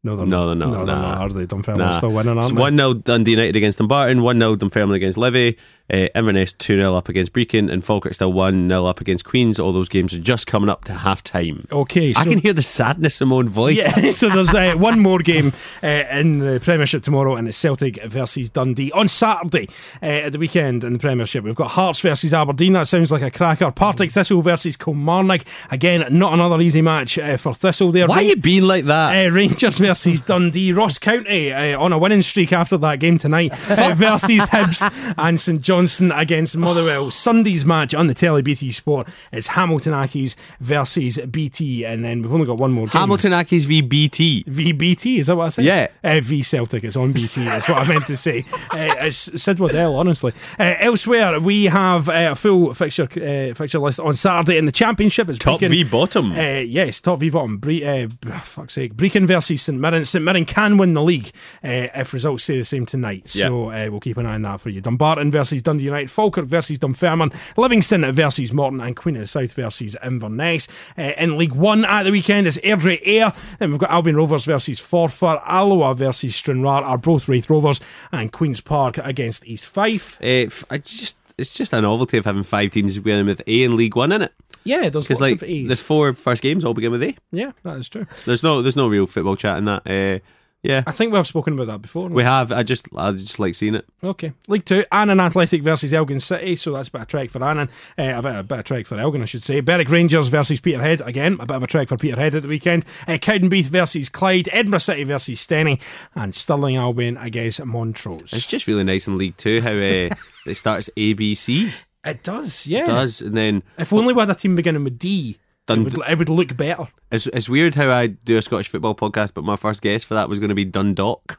No, they're No, not. they're not, No, they're nah. not. Are they? Dunfermline Nah. still winning, aren't It's they? 1 0 Dundee United against Dumbarton, 1 0 Dunfermline against Levy, uh, Inverness 2 0 up against Brechin, and Falkirk still 1 0 up against Queens. All those games are just coming up to half time. Okay, so I can hear the sadness in my own voice. Yeah, so there's uh, one more game uh, in the Premiership tomorrow, and it's Celtic versus Dundee on Saturday uh, at the weekend in the Premiership. We've got Hearts versus Aberdeen. That sounds like a cracker. Partick Thistle versus Kilmarnock. Again, not another easy match uh, for Thistle there. Why are you being like that? Uh, Rangers versus Dundee, Ross County uh, on a winning streak after that game tonight uh, versus Hibs and St Johnson against Motherwell. Sunday's match on the telly BT Sport is Hamilton Ackies versus BT, and then we've only got one more game. Hamilton Ackies v BT. eh, VBT, is that what I said? Yeah. Uh, v Celtic, it's on BT, is what I meant to say. Uh, it's Sid Waddell, honestly. Uh, elsewhere, we have uh, a full fixture uh, fixture list on Saturday in the Championship. It's Top Brecon- v bottom. Uh, yes, top v bottom. Bre- uh, b- fuck's sake. Brecon versus St Mirren. St Mirren can win the league uh, if results stay the same tonight. So uh, we'll keep an eye on that for you. Dumbarton versus Dundee United. Falkirk versus Dunfermline. Livingston versus Morton. And Queen of the South versus Inverness. Uh, in League One at the weekend is Airdrie Air. Then we've got Albion Rovers versus Forfar. Alloa versus Stranraer are both Wraith Rovers. And Queen's Park against East Fife. Uh, f- I just, it's just a novelty of having five teams beginning with A in League One, isn't it? Yeah, there's lots Because like of the A's. four first games all begin with A. yeah, that is true. There's no, there's no real football chat in that. Uh, yeah, I think we've spoken about that before. we have. I just, I just like seeing it. Okay, League Two, Annan Athletic versus Elgin City, so that's a bit of a trek for Annan, uh, a, bit, a bit of a trek for Elgin, I should say. Berwick Rangers versus Peterhead, again, a bit of a trek for Peterhead at the weekend. Uh, Cowdenbeath versus Clyde, Edinburgh City versus Steny, and Stirling Albion against It's Montrose. just really nice in League Two how uh, it starts ABC. It does, yeah. does, and then If only we had a team beginning with D, it Dun- would, it would look better. it's, it's weird how I do a Scottish football podcast, but my first guess for that was going to be Dundalk.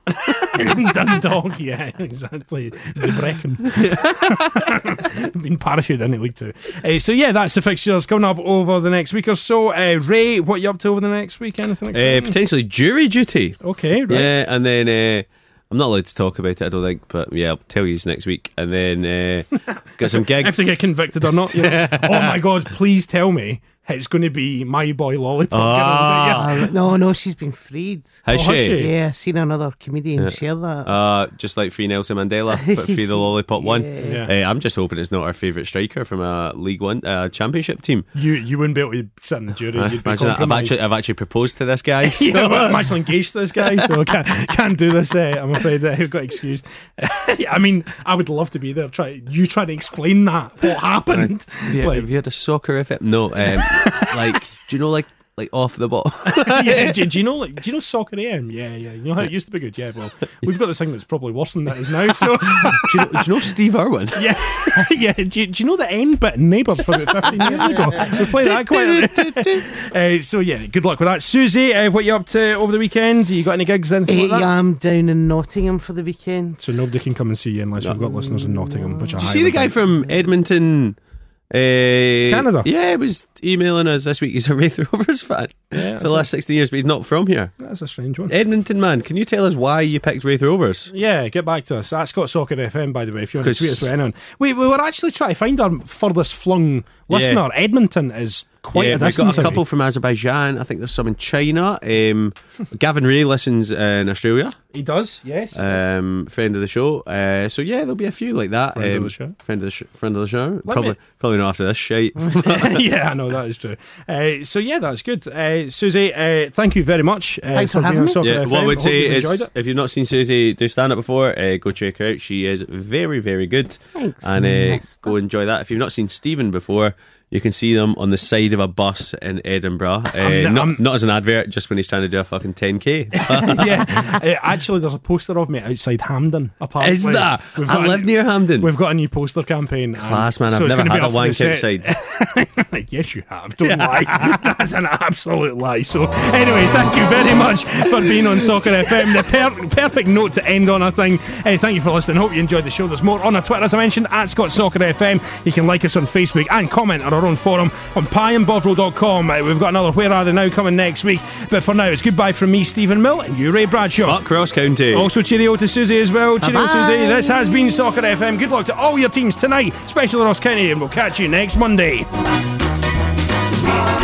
Dundalk, yeah, exactly. Debrecen. Been parachuted in at League Two. Uh, so, yeah, that's the fixtures coming up over the next week or so. Uh, Ray, what you up to over the next week? Anything uh, exciting? potentially jury duty. okay, Oh, right. Yeah, and then uh, I'm not allowed to talk about it, I don't think, but yeah, I'll tell you next week. And then uh, got some If gigs. they get convicted or not. you know. oh my God, please tell me it's going to be my boy Lollipop. Ah. Get on with it, yeah. Uh, no, no, she's been freed. Has Oh, has she? she? Yeah, I seen another comedian share that. Uh, just like free Nelson Mandela, but free the lollipop one. Yeah. Uh, I'm just hoping it's not our favourite striker from a League One uh, championship team. You, you wouldn't be able to sit in the jury. You'd be Ah, Imagine that. I've compromised. actually I've actually proposed to this guy. So. uh, Yeah, well, I'm actually engaged to this guy, so I can't, can't do this. eh, I'm afraid that he got excused. Yeah, I mean, I would love to be there. Try you trying to explain that what happened? Yeah, Like, have you had a soccer effect? No, um, like do you know like like off the ball. yeah, do, do you know like do you know soccer AM? Yeah, yeah. You know how it used to be good. Yeah, well, we've got this thing that's probably worse than that is now. So do, you know, do you know Steve Irwin? yeah, yeah. Do, you- do you know the end bit in Neighbours from about fifteen years ago? We played that quite. a bit. uh, so yeah, good luck with that, Susie. Uh, what you up to over the weekend? You got any gigs in? Eight Eh, Like that? am down in Nottingham for the weekend. So nobody can come and see you unless we've got listeners in Nottingham, which I Did you see highly the guy doubt. from Edmonton, uh, Canada? Yeah, he was emailing us this week. He's a Wraith Rovers fan for the last 16 years, but he's not from here. That's a strange one. Edmonton man, can you tell us why you picked Wraith Rovers? Eh, Yeah, get back to us. That's Scott Soccer FM, by the way, if you want to 'Cause- tweet us with anyone. We, we were actually trying to find our furthest flung listener. Edmonton is quite a yeah, we've distance. got a couple away. from Azerbaijan. I think there's some in China. Um, Gavin Ray listens in Australia, He does, yes. um, friend of the show. Uh, so yeah, there'll be a few like that. Friend of um, the show. Friend of the, sh- friend of the show. me- probably, probably not after this shite. yeah, I know that is true. Uh, so yeah, that's good. Uh, Susie, uh, thank you very much. Uh, Thanks for being having on me. Soccer Yeah, FM. what I would Hope say you've enjoyed is it. if you've not seen Susie do stand up before, uh, go check her out. She is very, very good. And uh, go enjoy that. If you've not seen Stephen before, you can see them on the side of a bus in Edinburgh. Uh, I'm- I'm- not, not as an advert, just when he's trying to do a fucking 10k. yeah, uh, actually, there's a poster of me outside Hamden. Apparently, is that? We've got I a- live near Hamden. We've got a new poster campaign. and Class, man. so I've it's gonna never be had a up for the wank set. outside. Like, yes, you have. Don't lie. That's an absolute lie. So, anyway, thank you very much for being on Soccer FM. The per- perfect note to end on, I think. Hey, thank you for listening. Hope you enjoyed the show. There's more on our Twitter, as I mentioned, at Scott Soccer FM. You can like us on Facebook and comment on our own forum on pieandbovril.com. Uh, We've got another Where Are They Now coming next week. But for now, it's goodbye from me, Stephen Mill, and you, Ray Bradshaw. Fuck Cross County. Also, cheerio to Susie as well. Cheerio, Bye-bye. Susie. This has been Soccer FM. Good luck to all your teams tonight, especially Ross County, and we'll catch you next Monday. We are